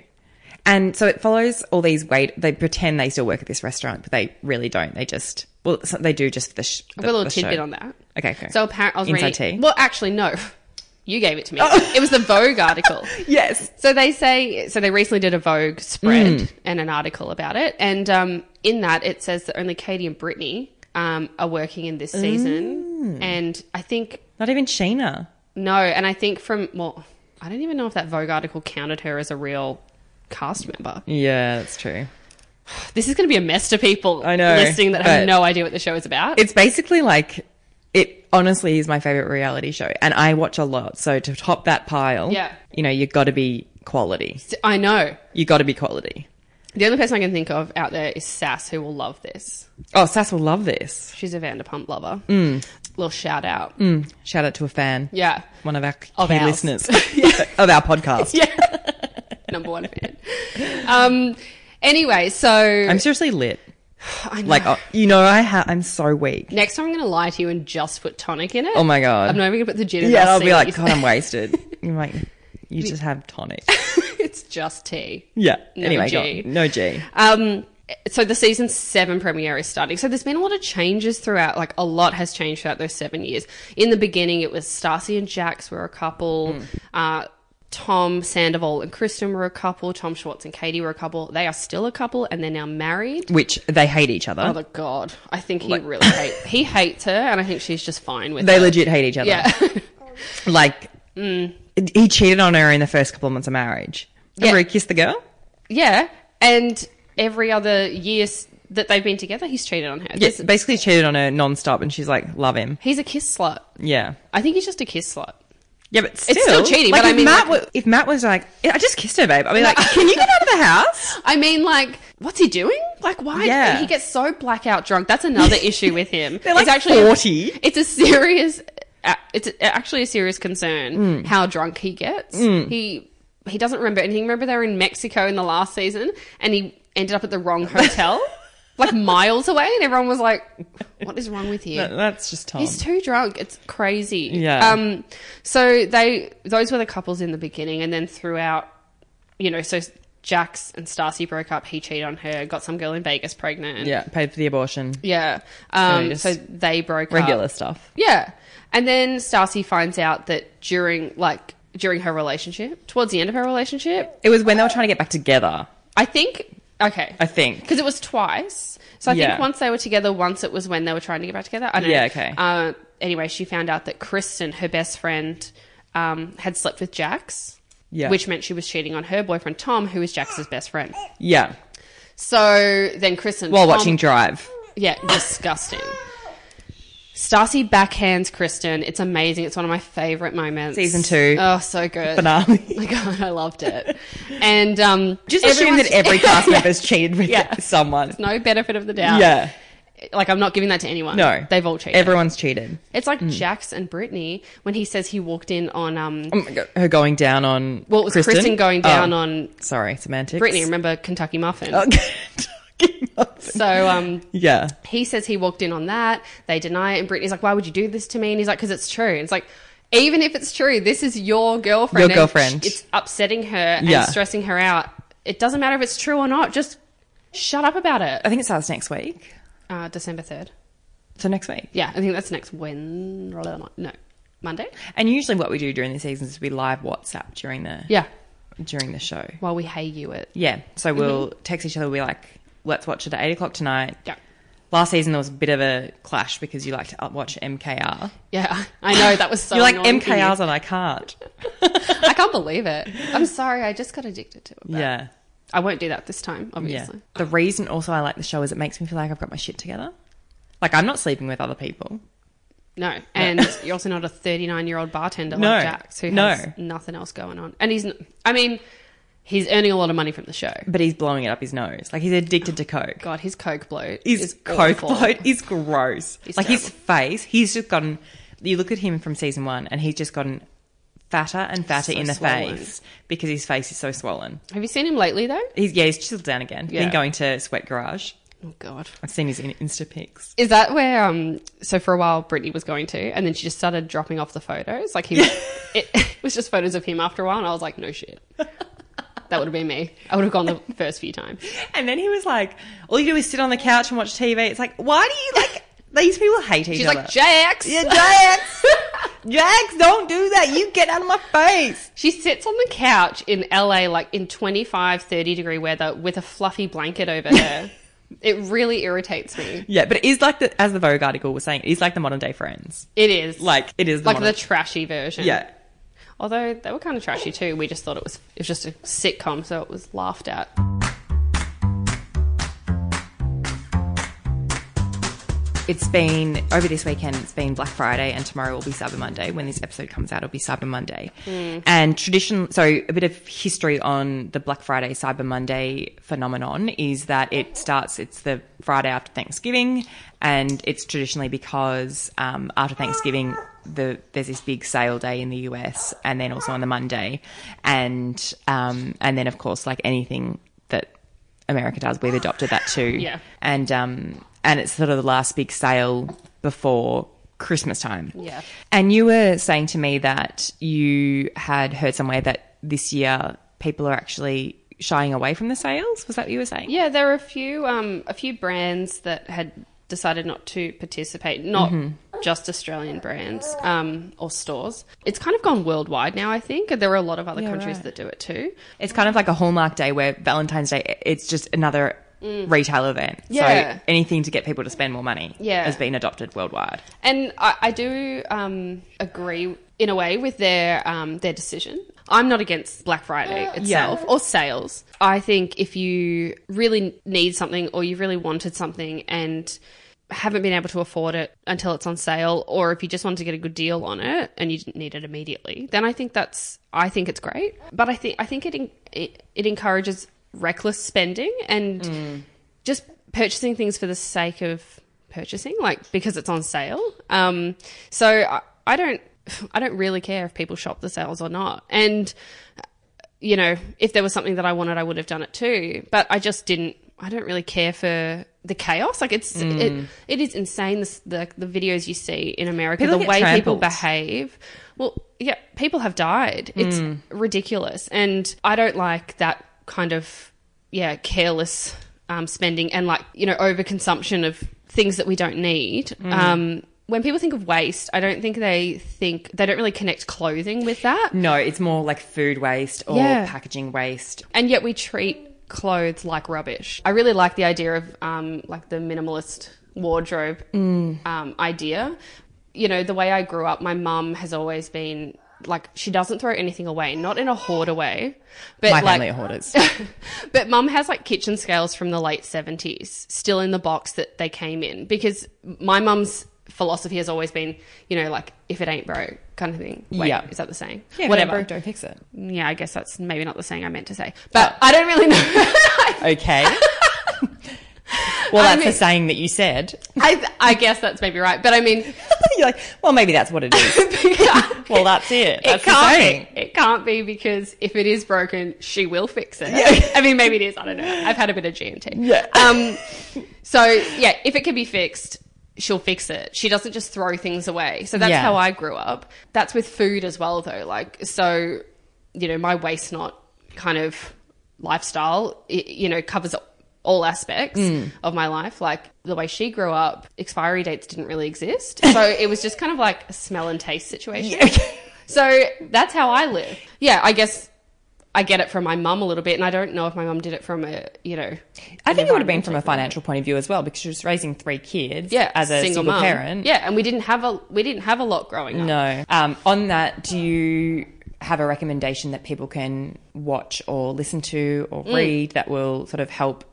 Speaker 1: And so it follows all these wait. They pretend they still work at this restaurant, but they really don't. They just well, so they do just for the. Sh-
Speaker 2: I've got a little
Speaker 1: the show.
Speaker 2: tidbit on that.
Speaker 1: Okay, okay.
Speaker 2: So apparently, I was
Speaker 1: Inside
Speaker 2: reading.
Speaker 1: tea? Oh.
Speaker 2: Well, actually, no. You gave it to me. It was the Vogue article.
Speaker 1: yes,
Speaker 2: So they say, so they recently did a Vogue spread
Speaker 1: Mm.
Speaker 2: and an article about it. And um, in that, it says that only Katie and Brittany um, are working in this
Speaker 1: Mm.
Speaker 2: season. And I think,
Speaker 1: not even Sheena.
Speaker 2: no, and I think from, well, I don't even know if that Vogue article counted her as a real cast member.
Speaker 1: Yeah, that's true.
Speaker 2: This is going to be a mess to people
Speaker 1: I know,
Speaker 2: listening that
Speaker 1: but-
Speaker 2: have no idea what the show is about.
Speaker 1: It's basically like It honestly is my favorite reality show, and I watch a lot. So to top that pile,
Speaker 2: Yeah.
Speaker 1: you know, you got to be quality.
Speaker 2: I know.
Speaker 1: You got to be quality.
Speaker 2: The only person I can think of out there is Sass, who will love this.
Speaker 1: Oh, Sass will love this.
Speaker 2: She's a Vanderpump lover. Mm. Little shout out.
Speaker 1: Mm. Shout out to a fan,
Speaker 2: Yeah.
Speaker 1: one of our key
Speaker 2: Of ours.
Speaker 1: listeners of our podcast.
Speaker 2: Yeah. Number one fan. Um, anyway, so
Speaker 1: I'm seriously lit.
Speaker 2: I know.
Speaker 1: Like, oh, you know, I ha- I'm so weak.
Speaker 2: next time I'm going to lie to you and just put tonic in it.
Speaker 1: Oh my god.
Speaker 2: I'm not even going to put the gin in
Speaker 1: yeah,
Speaker 2: it.
Speaker 1: and I'll
Speaker 2: see
Speaker 1: be
Speaker 2: what
Speaker 1: like,
Speaker 2: you
Speaker 1: God, I'm
Speaker 2: say.
Speaker 1: wasted. You're like, you just have tonic.
Speaker 2: it's just tea.
Speaker 1: Yeah.
Speaker 2: No
Speaker 1: anyway,
Speaker 2: G.
Speaker 1: go on. no G.
Speaker 2: Um, so the season seven premiere is starting. So there's been a lot of changes throughout. Like a lot has changed throughout those seven years. In the beginning, it was Stacy and Jax were a couple.
Speaker 1: Hmm.
Speaker 2: Uh, Tom Sandoval and Kristen were a couple. Tom Schwartz and Katie were a couple. They are still a couple, and they're now married.
Speaker 1: Which they hate each other.
Speaker 2: Oh my god! I think he really hate. He hates her, and I think she's just fine with.
Speaker 1: they
Speaker 2: it.
Speaker 1: legit hate each other.
Speaker 2: Yeah. Mm.
Speaker 1: Like, he cheated on her in the first couple of months of marriage. Remember
Speaker 2: Yeah.
Speaker 1: he kissed the girl?
Speaker 2: Yeah, and every other year s- that they've been together, he's cheated on her.
Speaker 1: Yes. Basically cheated on her non-stop and she's like, love him.
Speaker 2: He's a kiss slut.
Speaker 1: Yeah.
Speaker 2: I think he's just a kiss slut.
Speaker 1: Yeah, but still.
Speaker 2: still cheating,
Speaker 1: Like,
Speaker 2: but I
Speaker 1: if
Speaker 2: mean,
Speaker 1: Matt,
Speaker 2: like-
Speaker 1: wa- if Matt was like, "Yeah, I just kissed her, babe. I mean, like, can you get out of the house?
Speaker 2: I mean, like, what's he doing? Like, why?
Speaker 1: Yeah.
Speaker 2: He gets so blackout drunk. That's another issue with him.
Speaker 1: They're like
Speaker 2: it's actually
Speaker 1: 40.
Speaker 2: It's a serious. uh, It's a- actually a serious concern
Speaker 1: Mm.
Speaker 2: how drunk he gets. He he doesn't remember anything. Remember they were in Mexico in the last season, and he ended up at the wrong hotel, like miles away, and everyone was like, "What is wrong with you?"
Speaker 1: That- That's just Tom.
Speaker 2: He's too drunk. It's crazy.
Speaker 1: Yeah.
Speaker 2: Um. So they those were the couples in the beginning, and then throughout, you know, so Jax and Stacy broke up. He cheated on her. Got some girl in Vegas pregnant.
Speaker 1: yeah, paid for the abortion.
Speaker 2: Yeah. Um.
Speaker 1: just
Speaker 2: So, they broke
Speaker 1: Regular
Speaker 2: up.
Speaker 1: stuff.
Speaker 2: Yeah. And then Stacy finds out that during like during her relationship, towards the end of her relationship,
Speaker 1: It was when they were trying to get back together,
Speaker 2: I think. Okay.
Speaker 1: I think.
Speaker 2: because it was twice. So I
Speaker 1: Yeah.
Speaker 2: think once they were together, once it was when they were trying to get back together. I don't
Speaker 1: Yeah,
Speaker 2: know.
Speaker 1: okay.
Speaker 2: Uh, anyway, she found out that Kristen, her best friend, um, had slept with Jax,
Speaker 1: Yeah.
Speaker 2: which meant she was cheating on her boyfriend Tom, who is Jax's best friend.
Speaker 1: Yeah.
Speaker 2: So then Kristen,
Speaker 1: While
Speaker 2: Tom-
Speaker 1: watching Drive.
Speaker 2: yeah, disgusting. Stacy backhands Kristen. It's amazing. It's one of my favorite moments.
Speaker 1: Season two.
Speaker 2: Oh, so good.
Speaker 1: Finale.
Speaker 2: Oh my god, I loved it. And um,
Speaker 1: Just assume
Speaker 2: everyone's-
Speaker 1: that every cast
Speaker 2: Yeah.
Speaker 1: member's cheated with
Speaker 2: Yeah.
Speaker 1: someone.
Speaker 2: No benefit of the doubt.
Speaker 1: Yeah.
Speaker 2: Like I'm not giving that to anyone.
Speaker 1: No. Mm.
Speaker 2: they've all cheated.
Speaker 1: Everyone's cheated.
Speaker 2: It's like Jax and Brittany when he says he walked in on um.
Speaker 1: Oh my God. Her going down on.
Speaker 2: Well, it was Kristen, going
Speaker 1: Oh.
Speaker 2: down on
Speaker 1: Sorry, semantics.
Speaker 2: Brittany. Remember Kentucky Muffin?
Speaker 1: Oh. Talking about-
Speaker 2: So um,
Speaker 1: yeah.
Speaker 2: he says he walked in on that. They deny it, and Brittany's like, "Why would you do this to me?" And he's like, "Because it's true." And it's like. Even if it's true, this is your
Speaker 1: Your
Speaker 2: girlfriend. and
Speaker 1: girlfriend.
Speaker 2: It's upsetting her and
Speaker 1: Yeah.
Speaker 2: stressing her out. It doesn't matter if it's true or not. Just shut up about
Speaker 1: I
Speaker 2: it.
Speaker 1: think it starts next week.
Speaker 2: Uh, December 3rd.
Speaker 1: So next week.
Speaker 2: Yeah, I think that's next Wednesday. No, Monday?
Speaker 1: And usually what we do during the seasons is we live WhatsApp during the
Speaker 2: Yeah,
Speaker 1: during the show.
Speaker 2: while we hay you it.
Speaker 1: Yeah. So we'll text each other. We're like, let's watch it at eight o'clock tonight.
Speaker 2: Yeah.
Speaker 1: Last season there was a bit of a clash because you like to up- watch MKR.
Speaker 2: Yeah, I know that was so.
Speaker 1: You're like
Speaker 2: annoying for you.
Speaker 1: MKR's and I can't.
Speaker 2: I can't believe it. I'm sorry. I just got addicted to it. but
Speaker 1: Yeah.
Speaker 2: I won't do that this time.
Speaker 1: Yeah.
Speaker 2: Obviously.
Speaker 1: The reason also I like the show is it makes me feel like I've got my shit together. Like I'm not sleeping with other people.
Speaker 2: No, and you're also not a 39 year old bartender
Speaker 1: No.
Speaker 2: like Jax who
Speaker 1: No.
Speaker 2: has nothing else going on, and he's. n- I mean, he's earning a lot of money from the show.
Speaker 1: But he's blowing it up his nose. Like he's addicted to coke.
Speaker 2: God, his coke bloat
Speaker 1: his
Speaker 2: is
Speaker 1: coke
Speaker 2: awful.
Speaker 1: bloat is gross.
Speaker 2: It's
Speaker 1: like his face, he's just gotten. You look at him from season one, and he's just gotten fatter and fatter
Speaker 2: So
Speaker 1: in the
Speaker 2: swollen.
Speaker 1: face because his face is so swollen.
Speaker 2: Have you seen him lately though?
Speaker 1: He's yeah, he's chiseled down again.
Speaker 2: Yeah.
Speaker 1: Been going to Sweat Garage.
Speaker 2: Oh God.
Speaker 1: I've seen his in- Insta pics.
Speaker 2: Is that where? Um. So for a while, Brittany was going to, and then she just started dropping off the photos. Like he, it, it was just photos of him after a while, and I was like, no shit. That would have been me. I would have gone the first few times.
Speaker 1: And then he was like, "All you do is sit on the couch and watch TV." It's like, why do you like? These people hate each
Speaker 2: She's
Speaker 1: other.
Speaker 2: like, Jax.
Speaker 1: yeah, Jax, Jax, don't do that. You get out of my face.
Speaker 2: She sits on the couch in LA, like in 25, 30 degree weather with a fluffy blanket over her. it really irritates me.
Speaker 1: Yeah, but it is like the as the Vogue article was saying, it is like the modern day Friends.
Speaker 2: It is.
Speaker 1: Like it is the
Speaker 2: like
Speaker 1: modern-
Speaker 2: the trashy version.
Speaker 1: yeah.
Speaker 2: Although they were kind of trashy too. We just thought it was it was just a sitcom, so it was laughed at.
Speaker 1: It's been over this weekend. It's been Black Friday, and tomorrow will be Cyber Monday. When this episode comes out, it'll be Cyber Monday. And tradition, so a bit of history on the Black Friday Cyber Monday phenomenon is that it starts. It's the Friday after Thanksgiving, and it's traditionally because um, after Thanksgiving, the there's this big sale day in the US, and then also on the Monday, and um, and then of course like anything that America does, we've adopted that too.
Speaker 2: Yeah.
Speaker 1: and um, and it's sort of the last big sale before Christmas time.
Speaker 2: Yeah.
Speaker 1: and you were saying to me that you had heard somewhere that this year people are actually shying away from the sales. Was that what you were saying?
Speaker 2: Yeah, there were a few um, a few brands that had decided not to participate, not just Australian brands um, or stores. It's kind of gone worldwide now, I think. and There are a lot of other countries
Speaker 1: right.
Speaker 2: that do it too.
Speaker 1: It's kind of like a hallmark day where Valentine's Day, it's just another retail event.
Speaker 2: Mm. Yeah.
Speaker 1: So anything to get people to spend more money
Speaker 2: Yeah.
Speaker 1: has been adopted worldwide.
Speaker 2: And I, I do um, agree in a way with their um, their decision. I'm not against Black Friday itself or sales. I think if you really need something or you really wanted something and haven't been able to afford it until it's on sale or if you just wanted to get a good deal on it and you didn't need it immediately, then I think that's I think it's great. But I think I think it en- it, it encourages reckless spending and just purchasing things for the sake of purchasing, like because it's on sale. Um, so I, I don't, I don't really care if people shop the sales or not. And you know, if there was something that I wanted, I would have done it too. But I just didn't. I don't really care for the chaos. Like it's,
Speaker 1: Mm.
Speaker 2: it, it is insane. This, the the videos you see in America,
Speaker 1: People
Speaker 2: the
Speaker 1: get
Speaker 2: way people
Speaker 1: trampled.
Speaker 2: behave. Well, yeah, people have died.
Speaker 1: Mm.
Speaker 2: It's ridiculous, and I don't like that kind of yeah careless um, spending and like you know overconsumption of things that we don't need.
Speaker 1: Mm.
Speaker 2: Um, when people think of waste, I don't think they think they don't really connect clothing with that.
Speaker 1: No, it's more like food waste or
Speaker 2: Yeah.
Speaker 1: packaging waste.
Speaker 2: and yet we treat clothes like rubbish. I really like the idea of um, like the minimalist wardrobe
Speaker 1: Mm.
Speaker 2: um, idea. You know, the way I grew up, my mum has always been like she doesn't throw anything away, not in a hoarder way, but
Speaker 1: My
Speaker 2: like
Speaker 1: family are hoarders.
Speaker 2: but mum has like kitchen scales from the late 70s still in the box that they came in because my mum's philosophy has always been, you know, like if it ain't broke kind of thing. Wait,
Speaker 1: Yeah.
Speaker 2: Is that the saying?
Speaker 1: don't fix it.
Speaker 2: Yeah, I guess that's maybe not the saying I meant to say, but I don't really know.
Speaker 1: Okay. well, that's
Speaker 2: mean-
Speaker 1: the saying that you said.
Speaker 2: I, I guess that's maybe right, but I mean,
Speaker 1: You're like, well, maybe that's what it is. Well, that's it. That's the saying.
Speaker 2: can't be, it can't be because if it is broken, she will fix it. I mean, maybe it is. I don't know. I've had a bit of GMT.
Speaker 1: Yeah.
Speaker 2: Um. So yeah, if it can be fixed, she'll fix it. She doesn't just throw things away. So that's
Speaker 1: Yeah.
Speaker 2: how I grew up. That's with food as well, though. Like so, you know, my waste not kind of lifestyle, i you know, covers all aspects
Speaker 1: Mm.
Speaker 2: of my life. Like the way she grew up, expiry dates didn't really exist. So it was just kind of like a smell and taste situation. So that's how I live. Yeah, I guess I get it from my mum a little bit, and I don't know if my mum did it from a you know.
Speaker 1: I think it would have been from a financial point of view as well because she was raising three kids
Speaker 2: Yeah,
Speaker 1: as a single,
Speaker 2: mum.
Speaker 1: parent.
Speaker 2: Yeah, and we didn't have a we didn't have a lot growing up.
Speaker 1: No. Um, on that, do you have a recommendation that people can watch or listen to or read that will sort of help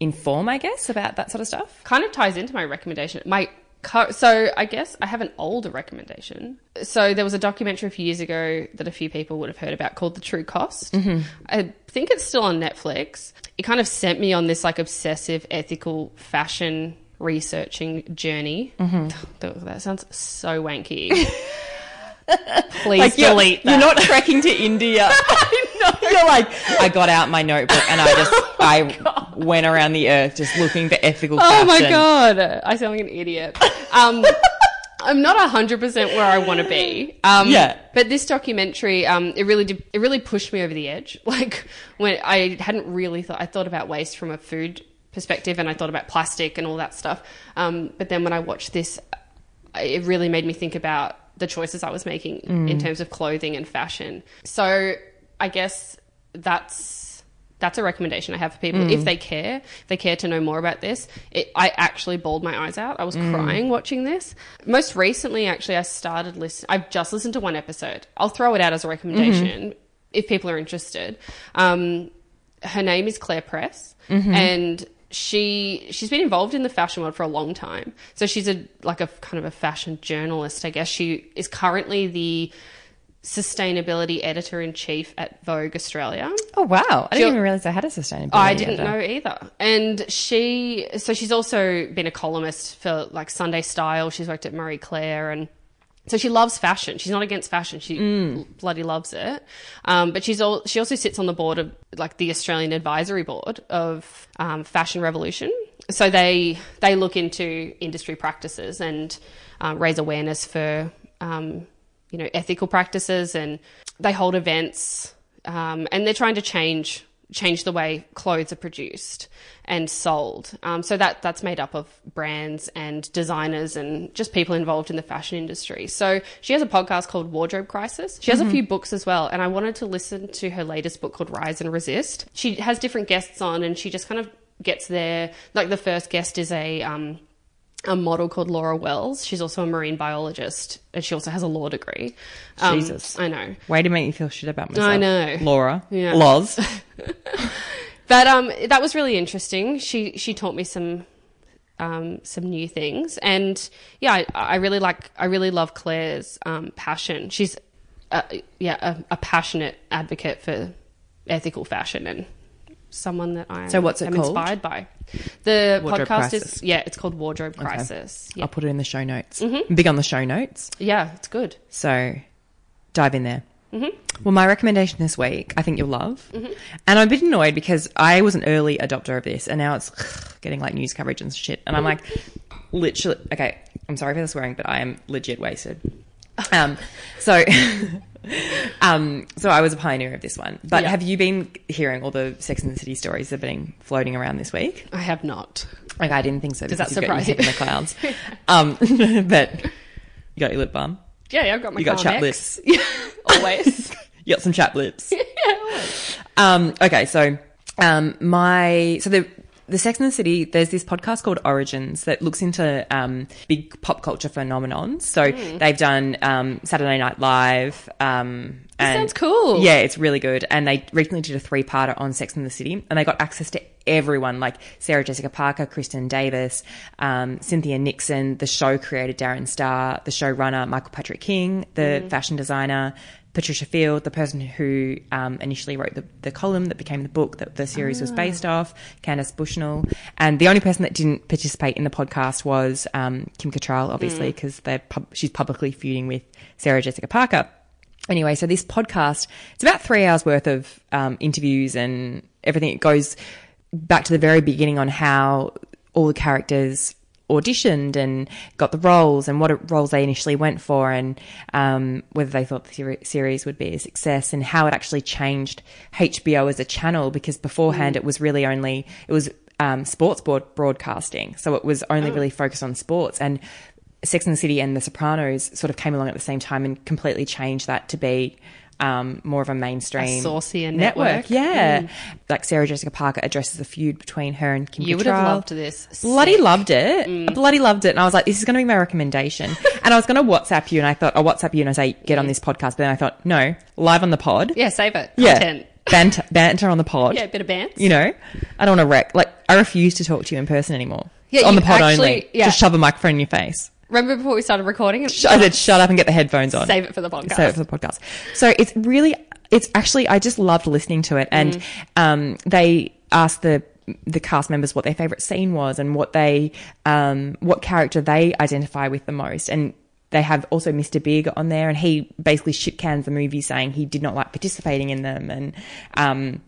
Speaker 1: inform, I guess, about that sort of stuff?
Speaker 2: Kind of ties into my recommendation. My cur- so I guess I have an older recommendation. So there was a documentary a few years ago that a few people would have heard about called The True Cost. I think it's still on Netflix. It kind of sent me on this like obsessive ethical fashion researching journey. Th- That sounds so wanky. Please delete
Speaker 1: you're,
Speaker 2: that.
Speaker 1: not trekking to India. You're like, I got out my notebook and I just I went around the earth just looking for ethical
Speaker 2: Oh
Speaker 1: fashion.
Speaker 2: my god, I sound like an idiot. Um, I'm not hundred percent where I want to be. Um,
Speaker 1: Yeah.
Speaker 2: But this documentary, um, it really did, it really pushed me over the edge. Like when I hadn't really thought, I thought about waste from a food perspective, and I thought about plastic and all that stuff. Um, but then when I watched this, it really made me think about the choices I was making in terms of clothing and fashion. So I guess that's that's a recommendation I have for people if they care, if they care to know more about this. It, I actually bawled my eyes out. I was crying watching this. Most recently, actually, I started listen. I've just listened to one episode. I'll throw it out as a recommendation if people are interested. Um, her name is Claire Press, and she she's been involved in the fashion world for a long time. So she's a like a kind of a fashion journalist, I guess. She is currently the sustainability editor in chief at Vogue Australia.
Speaker 1: Oh wow! I
Speaker 2: Jill-
Speaker 1: didn't even realize I had a sustainability.
Speaker 2: I didn't
Speaker 1: editor.
Speaker 2: know either. And she, so she's also been a columnist for like Sunday Style. She's worked at Murray Claire and so she loves fashion. She's not against fashion. She bloody loves it. Um, but she's all, she also sits on the board of like the Australian advisory board of um, Fashion Revolution. So they, they look into industry practices and um, raise awareness for, um, you know, ethical practices and they hold events um, and they're trying to change change the way clothes are produced and sold. Um, so that that's made up of brands and designers and just people involved in the fashion industry. So she has a podcast called Wardrobe Crisis. She has a few books as well, and I wanted to listen to her latest book called Rise and Resist. She has different guests on, and she just kind of gets there. Like the first guest is a um, a model called Laura Wells. She's also a marine biologist, and she also has a law degree. Um,
Speaker 1: Jesus.
Speaker 2: I know.
Speaker 1: Way to make me feel shit about myself.
Speaker 2: I know.
Speaker 1: Laura.
Speaker 2: Yeah.
Speaker 1: Loz.
Speaker 2: But um, that was really interesting. She she taught me some um, some new things, and yeah, I, I really like I really love Claire's um, passion. She's uh, yeah a, a passionate advocate for ethical fashion and someone that I
Speaker 1: So what's it
Speaker 2: am
Speaker 1: called?
Speaker 2: inspired by. The
Speaker 1: Wardrobe
Speaker 2: podcast
Speaker 1: Crisis.
Speaker 2: is yeah, it's called Wardrobe Crisis. Yeah,
Speaker 1: I'll put it in the show notes. I'm Big on the show notes.
Speaker 2: yeah, it's good.
Speaker 1: So dive in there. Mm-hmm. Well, my recommendation this week, I think you'll love.
Speaker 2: Mm-hmm.
Speaker 1: And I'm a bit annoyed because I was an early adopter of this and now it's getting like news coverage and shit. And I'm like, literally, okay, I'm sorry for the swearing, but I am legit wasted. Um, so, um, so I was a pioneer of this one. But
Speaker 2: Yeah.
Speaker 1: have you been hearing all the Sex and the City stories that have been floating around this week?
Speaker 2: I have not.
Speaker 1: Like I didn't think so. Does
Speaker 2: that surprise
Speaker 1: you?
Speaker 2: you?
Speaker 1: got your head in the clouds? um, but you got your lip balm.
Speaker 2: Yeah, yeah I've got my
Speaker 1: You got
Speaker 2: Calm
Speaker 1: chap
Speaker 2: X. Yeah,
Speaker 1: Oh,
Speaker 2: always.
Speaker 1: You got some chap lips. Um, okay, so um, my so the the Sex and the City. There's this podcast called Origins that looks into um, big pop culture phenomenons. So
Speaker 2: Hmm.
Speaker 1: they've done um, Saturday Night Live. Um, and,
Speaker 2: sounds cool.
Speaker 1: Yeah, it's really good. And they recently did a three parter on Sex and the City, and they got access to everyone like Sarah Jessica Parker, Kristen Davis, um, Cynthia Nixon, the show creator Darren Star, the showrunner Michael Patrick King, the fashion designer Patricia Field, the person who um, initially wrote the, the column that became the book that the series was based off, Candace Bushnell. And the only person that didn't participate in the podcast was um, Kim Cattrall, obviously, because they're pub- she's publicly feuding with Sarah Jessica Parker anyway, so this podcast, it's about three hours worth of um, interviews and everything. It goes back to the very beginning on how all the characters auditioned and got the roles and what roles they initially went for and um, whether they thought the seri- series would be a success and how it actually changed HBO as a channel because beforehand it was really only, it was um, sports board broadcasting. So it was only really focused on sports and Sex and the City and The Sopranos sort of came along at the same time and completely changed that to be um, more of a mainstream
Speaker 2: A saucier network. Mm.
Speaker 1: Yeah, like Sarah Jessica Parker addresses the feud between her and Kim.
Speaker 2: You would have
Speaker 1: Cattrall.
Speaker 2: loved this. Mm.
Speaker 1: Bloody loved it. I bloody loved it. And I was like, this is going to be my recommendation. and I was going to WhatsApp you and I thought, I'll WhatsApp you and I say, get on this podcast. But then I thought, no, live on the pod.
Speaker 2: Yeah, save it.
Speaker 1: Yeah.
Speaker 2: Content.
Speaker 1: Banter, banter on the pod.
Speaker 2: Yeah, a bit of bants.
Speaker 1: You know, I don't want to wreck. Like, I refuse to talk to you in person anymore.
Speaker 2: Yeah,
Speaker 1: on
Speaker 2: you
Speaker 1: the pod
Speaker 2: actually-
Speaker 1: only.
Speaker 2: yeah.
Speaker 1: Just shove a microphone in your face.
Speaker 2: Remember before we started recording?
Speaker 1: Sh- I said, shut up and get the headphones on.
Speaker 2: Save it for the podcast.
Speaker 1: Save it for the podcast. So it's really, it's actually, I just loved listening to it. And
Speaker 2: Mm.
Speaker 1: um, they asked the the cast members what their favorite scene was and what they, um, what character they identify with the most. And they have also Mr. Big on there, and he basically shit cans the movie, saying he did not like participating in them. And um,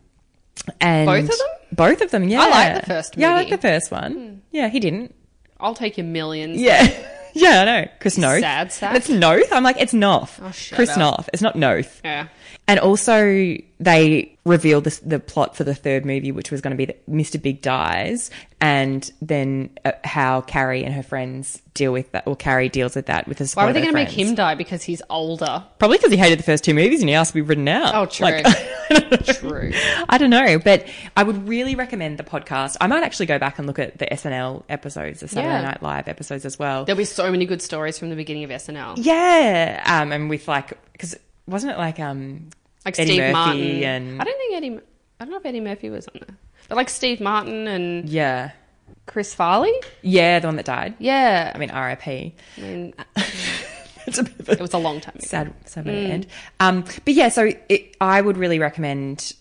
Speaker 1: and
Speaker 2: Both of them?
Speaker 1: both of them. Yeah,
Speaker 2: I like the first
Speaker 1: Yeah, I like
Speaker 2: movie. Hmm.
Speaker 1: the first one. Yeah, he didn't.
Speaker 2: I'll take your millions.
Speaker 1: Yeah. Yeah, I know. Chris Noth.
Speaker 2: Sad sack.
Speaker 1: And It's Noth. I'm like, it's Noth.
Speaker 2: Oh, shut
Speaker 1: Chris
Speaker 2: up.
Speaker 1: Noth. It's not Noth.
Speaker 2: Yeah.
Speaker 1: And also, they revealed this, the plot for the third movie, which was going to be that Mr. Big dies, and then uh, how Carrie and her friends deal with that, or Carrie deals with that with the
Speaker 2: Why
Speaker 1: support
Speaker 2: were
Speaker 1: of
Speaker 2: they
Speaker 1: her
Speaker 2: going to make
Speaker 1: friends.
Speaker 2: him die because he's older?
Speaker 1: Probably because he hated the first two movies and he asked to be written out.
Speaker 2: Oh, true.
Speaker 1: Like,
Speaker 2: True.
Speaker 1: I don't know, but I would really recommend the podcast. I might actually go back and look at the SNL episodes, the Saturday
Speaker 2: Yeah.
Speaker 1: Night Live episodes as well.
Speaker 2: There'll be so many good stories from the beginning of SNL.
Speaker 1: Yeah, um, and with like because wasn't it like um
Speaker 2: Like
Speaker 1: Eddie
Speaker 2: Steve
Speaker 1: Murphy
Speaker 2: Martin.
Speaker 1: and
Speaker 2: I don't think Eddie. I don't know if Eddie Murphy was on there. But like Steve Martin and
Speaker 1: Yeah.
Speaker 2: Chris Farley.
Speaker 1: Yeah, the one that died.
Speaker 2: Yeah,
Speaker 1: I mean, RIP.
Speaker 2: I mean,
Speaker 1: it's a bit of a
Speaker 2: it was a long time ago.
Speaker 1: sad, sad way to end. Um, but yeah, so it, I would really recommend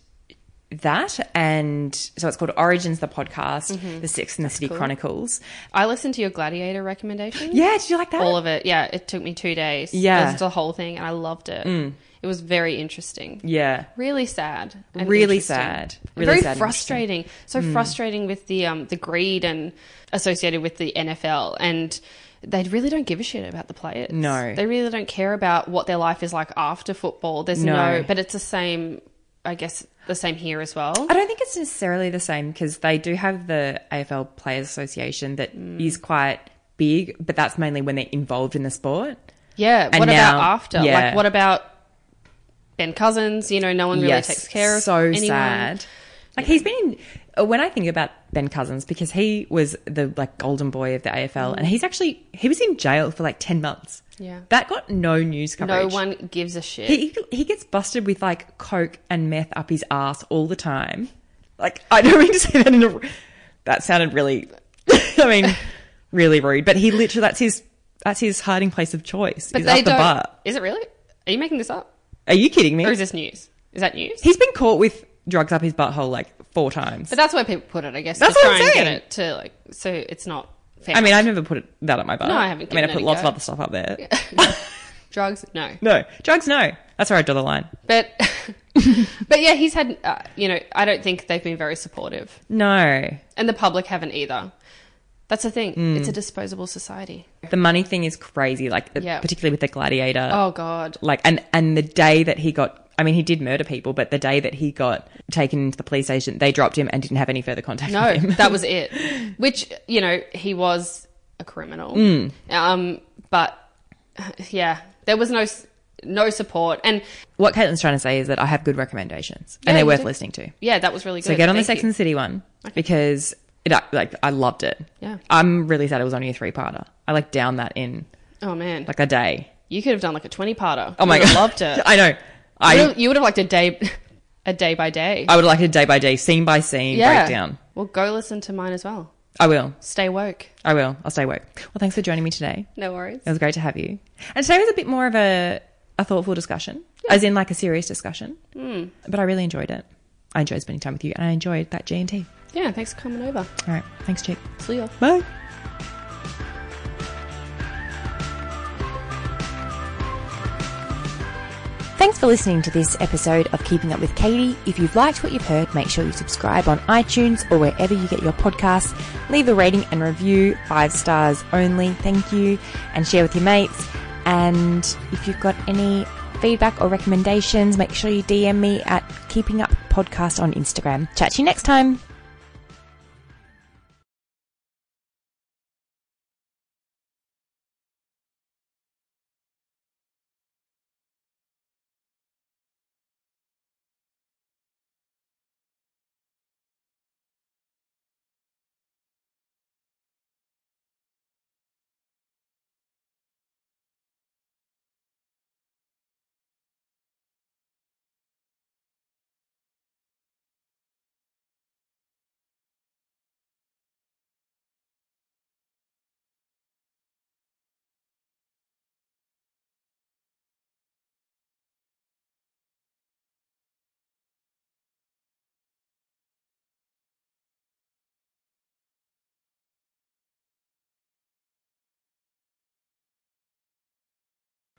Speaker 1: that. And so it's called Origins, the podcast, The Six and the City Chronicles.
Speaker 2: I listened to your Gladiator recommendation.
Speaker 1: Yeah, did you like that?
Speaker 2: all of it. Yeah, it took me two days.
Speaker 1: Yeah. Mm.
Speaker 2: That's the whole thing, and I loved it. It was very interesting.
Speaker 1: yeah.
Speaker 2: Really sad. and
Speaker 1: Really
Speaker 2: interesting.
Speaker 1: sad.
Speaker 2: And
Speaker 1: Really
Speaker 2: very
Speaker 1: sad and Mm.
Speaker 2: frustrating. So frustrating with the um the greed and associated with the NFL and. They really don't give a shit about the players.
Speaker 1: No.
Speaker 2: They really don't care about what their life is like after football. There's
Speaker 1: No.
Speaker 2: no, but it's the same, I guess, the same here as well.
Speaker 1: I don't think it's necessarily the same because they do have the AFL Players Association that is quite big, but that's mainly when they're involved in the sport.
Speaker 2: Yeah.
Speaker 1: And
Speaker 2: what
Speaker 1: now-
Speaker 2: about after?
Speaker 1: yeah.
Speaker 2: Like, what about Ben Cousins? You know, no one really
Speaker 1: yes,
Speaker 2: takes care of
Speaker 1: so
Speaker 2: anyone.
Speaker 1: sad. Like he's been uh, when I think about Ben Cousins because he was the like golden boy of the AFL, and he's actually he was in jail for like ten months.
Speaker 2: Yeah.
Speaker 1: that got no news
Speaker 2: No
Speaker 1: coverage.
Speaker 2: one gives a shit.
Speaker 1: He he gets busted with like coke and meth up his ass all the time. Like I don't mean to say that in a. That sounded really. I mean, really rude. But he literally that's his that's his hiding place of choice.
Speaker 2: but
Speaker 1: is
Speaker 2: they
Speaker 1: at the
Speaker 2: don't.
Speaker 1: bar.
Speaker 2: Is it really? Are you making this up,
Speaker 1: Are you kidding me?
Speaker 2: or is this news? Is that news?
Speaker 1: He's been caught with drugs up his butthole like four times.
Speaker 2: but that's where people put it, I guess.
Speaker 1: That's
Speaker 2: to
Speaker 1: what I'm
Speaker 2: try and
Speaker 1: saying.
Speaker 2: Get it to like, so it's not. Fair.
Speaker 1: I mean, I've never put it, that up my butt.
Speaker 2: No, I haven't
Speaker 1: I mean,
Speaker 2: given
Speaker 1: I put
Speaker 2: it a
Speaker 1: lots
Speaker 2: go.
Speaker 1: of other stuff up there.
Speaker 2: drugs, no.
Speaker 1: No, drugs, no. That's where I draw the line.
Speaker 2: But, but yeah, he's had. Uh, you know, I don't think they've been very supportive,
Speaker 1: No,
Speaker 2: and the public haven't either. That's the thing. It's a
Speaker 1: Hmm.
Speaker 2: disposable society.
Speaker 1: the money thing is crazy. Like, uh,
Speaker 2: Yeah.
Speaker 1: particularly with the gladiator.
Speaker 2: Oh God.
Speaker 1: like and and the day that he got i mean he did murder people but the day that he got taken into the police station they dropped him and didn't have any further contact
Speaker 2: No,
Speaker 1: with him
Speaker 2: that was it. Which you know he was a criminal.
Speaker 1: Mm.
Speaker 2: Um, but yeah, there was no s- no support, and
Speaker 1: what caitlin's trying to say is that i have good recommendations
Speaker 2: Yeah,
Speaker 1: and they're
Speaker 2: you
Speaker 1: worth
Speaker 2: do.
Speaker 1: listening to
Speaker 2: yeah, that was really good.
Speaker 1: so get on the
Speaker 2: Thank
Speaker 1: sex
Speaker 2: you.
Speaker 1: and the city one because it ac- like i loved it
Speaker 2: Yeah.
Speaker 1: i'm really sad it was only a three-parter i like down that in
Speaker 2: Oh man,
Speaker 1: like a day
Speaker 2: you could have done like a twenty parter.
Speaker 1: oh my god
Speaker 2: loved it.
Speaker 1: i know
Speaker 2: you,
Speaker 1: i
Speaker 2: would have, you would have liked a day, a day by day
Speaker 1: i would like a day by day scene by scene
Speaker 2: yeah.
Speaker 1: breakdown
Speaker 2: Well, go listen to mine as well.
Speaker 1: i will
Speaker 2: Stay woke.
Speaker 1: i will i'll stay woke well thanks for joining me today
Speaker 2: No worries.
Speaker 1: It was great to have you. And today was a bit more of a, a thoughtful discussion, as in like a serious discussion.
Speaker 2: Hmm.
Speaker 1: Mm. But I really enjoyed it. I enjoyed spending time with you, and I enjoyed that G and T.
Speaker 2: Yeah, thanks for coming over.
Speaker 1: All right, thanks, Chick.
Speaker 2: See ya.
Speaker 1: Bye.
Speaker 4: Thanks for listening to this episode of Keeping Up with Katie. If you've liked what you've heard, make sure you subscribe on iTunes or wherever you get your podcasts. Leave a rating and review, five stars only. Thank you. And share with your mates. And if you've got any feedback or recommendations, make sure you DM me at Keeping Up Podcast on Instagram. Chat to you next time.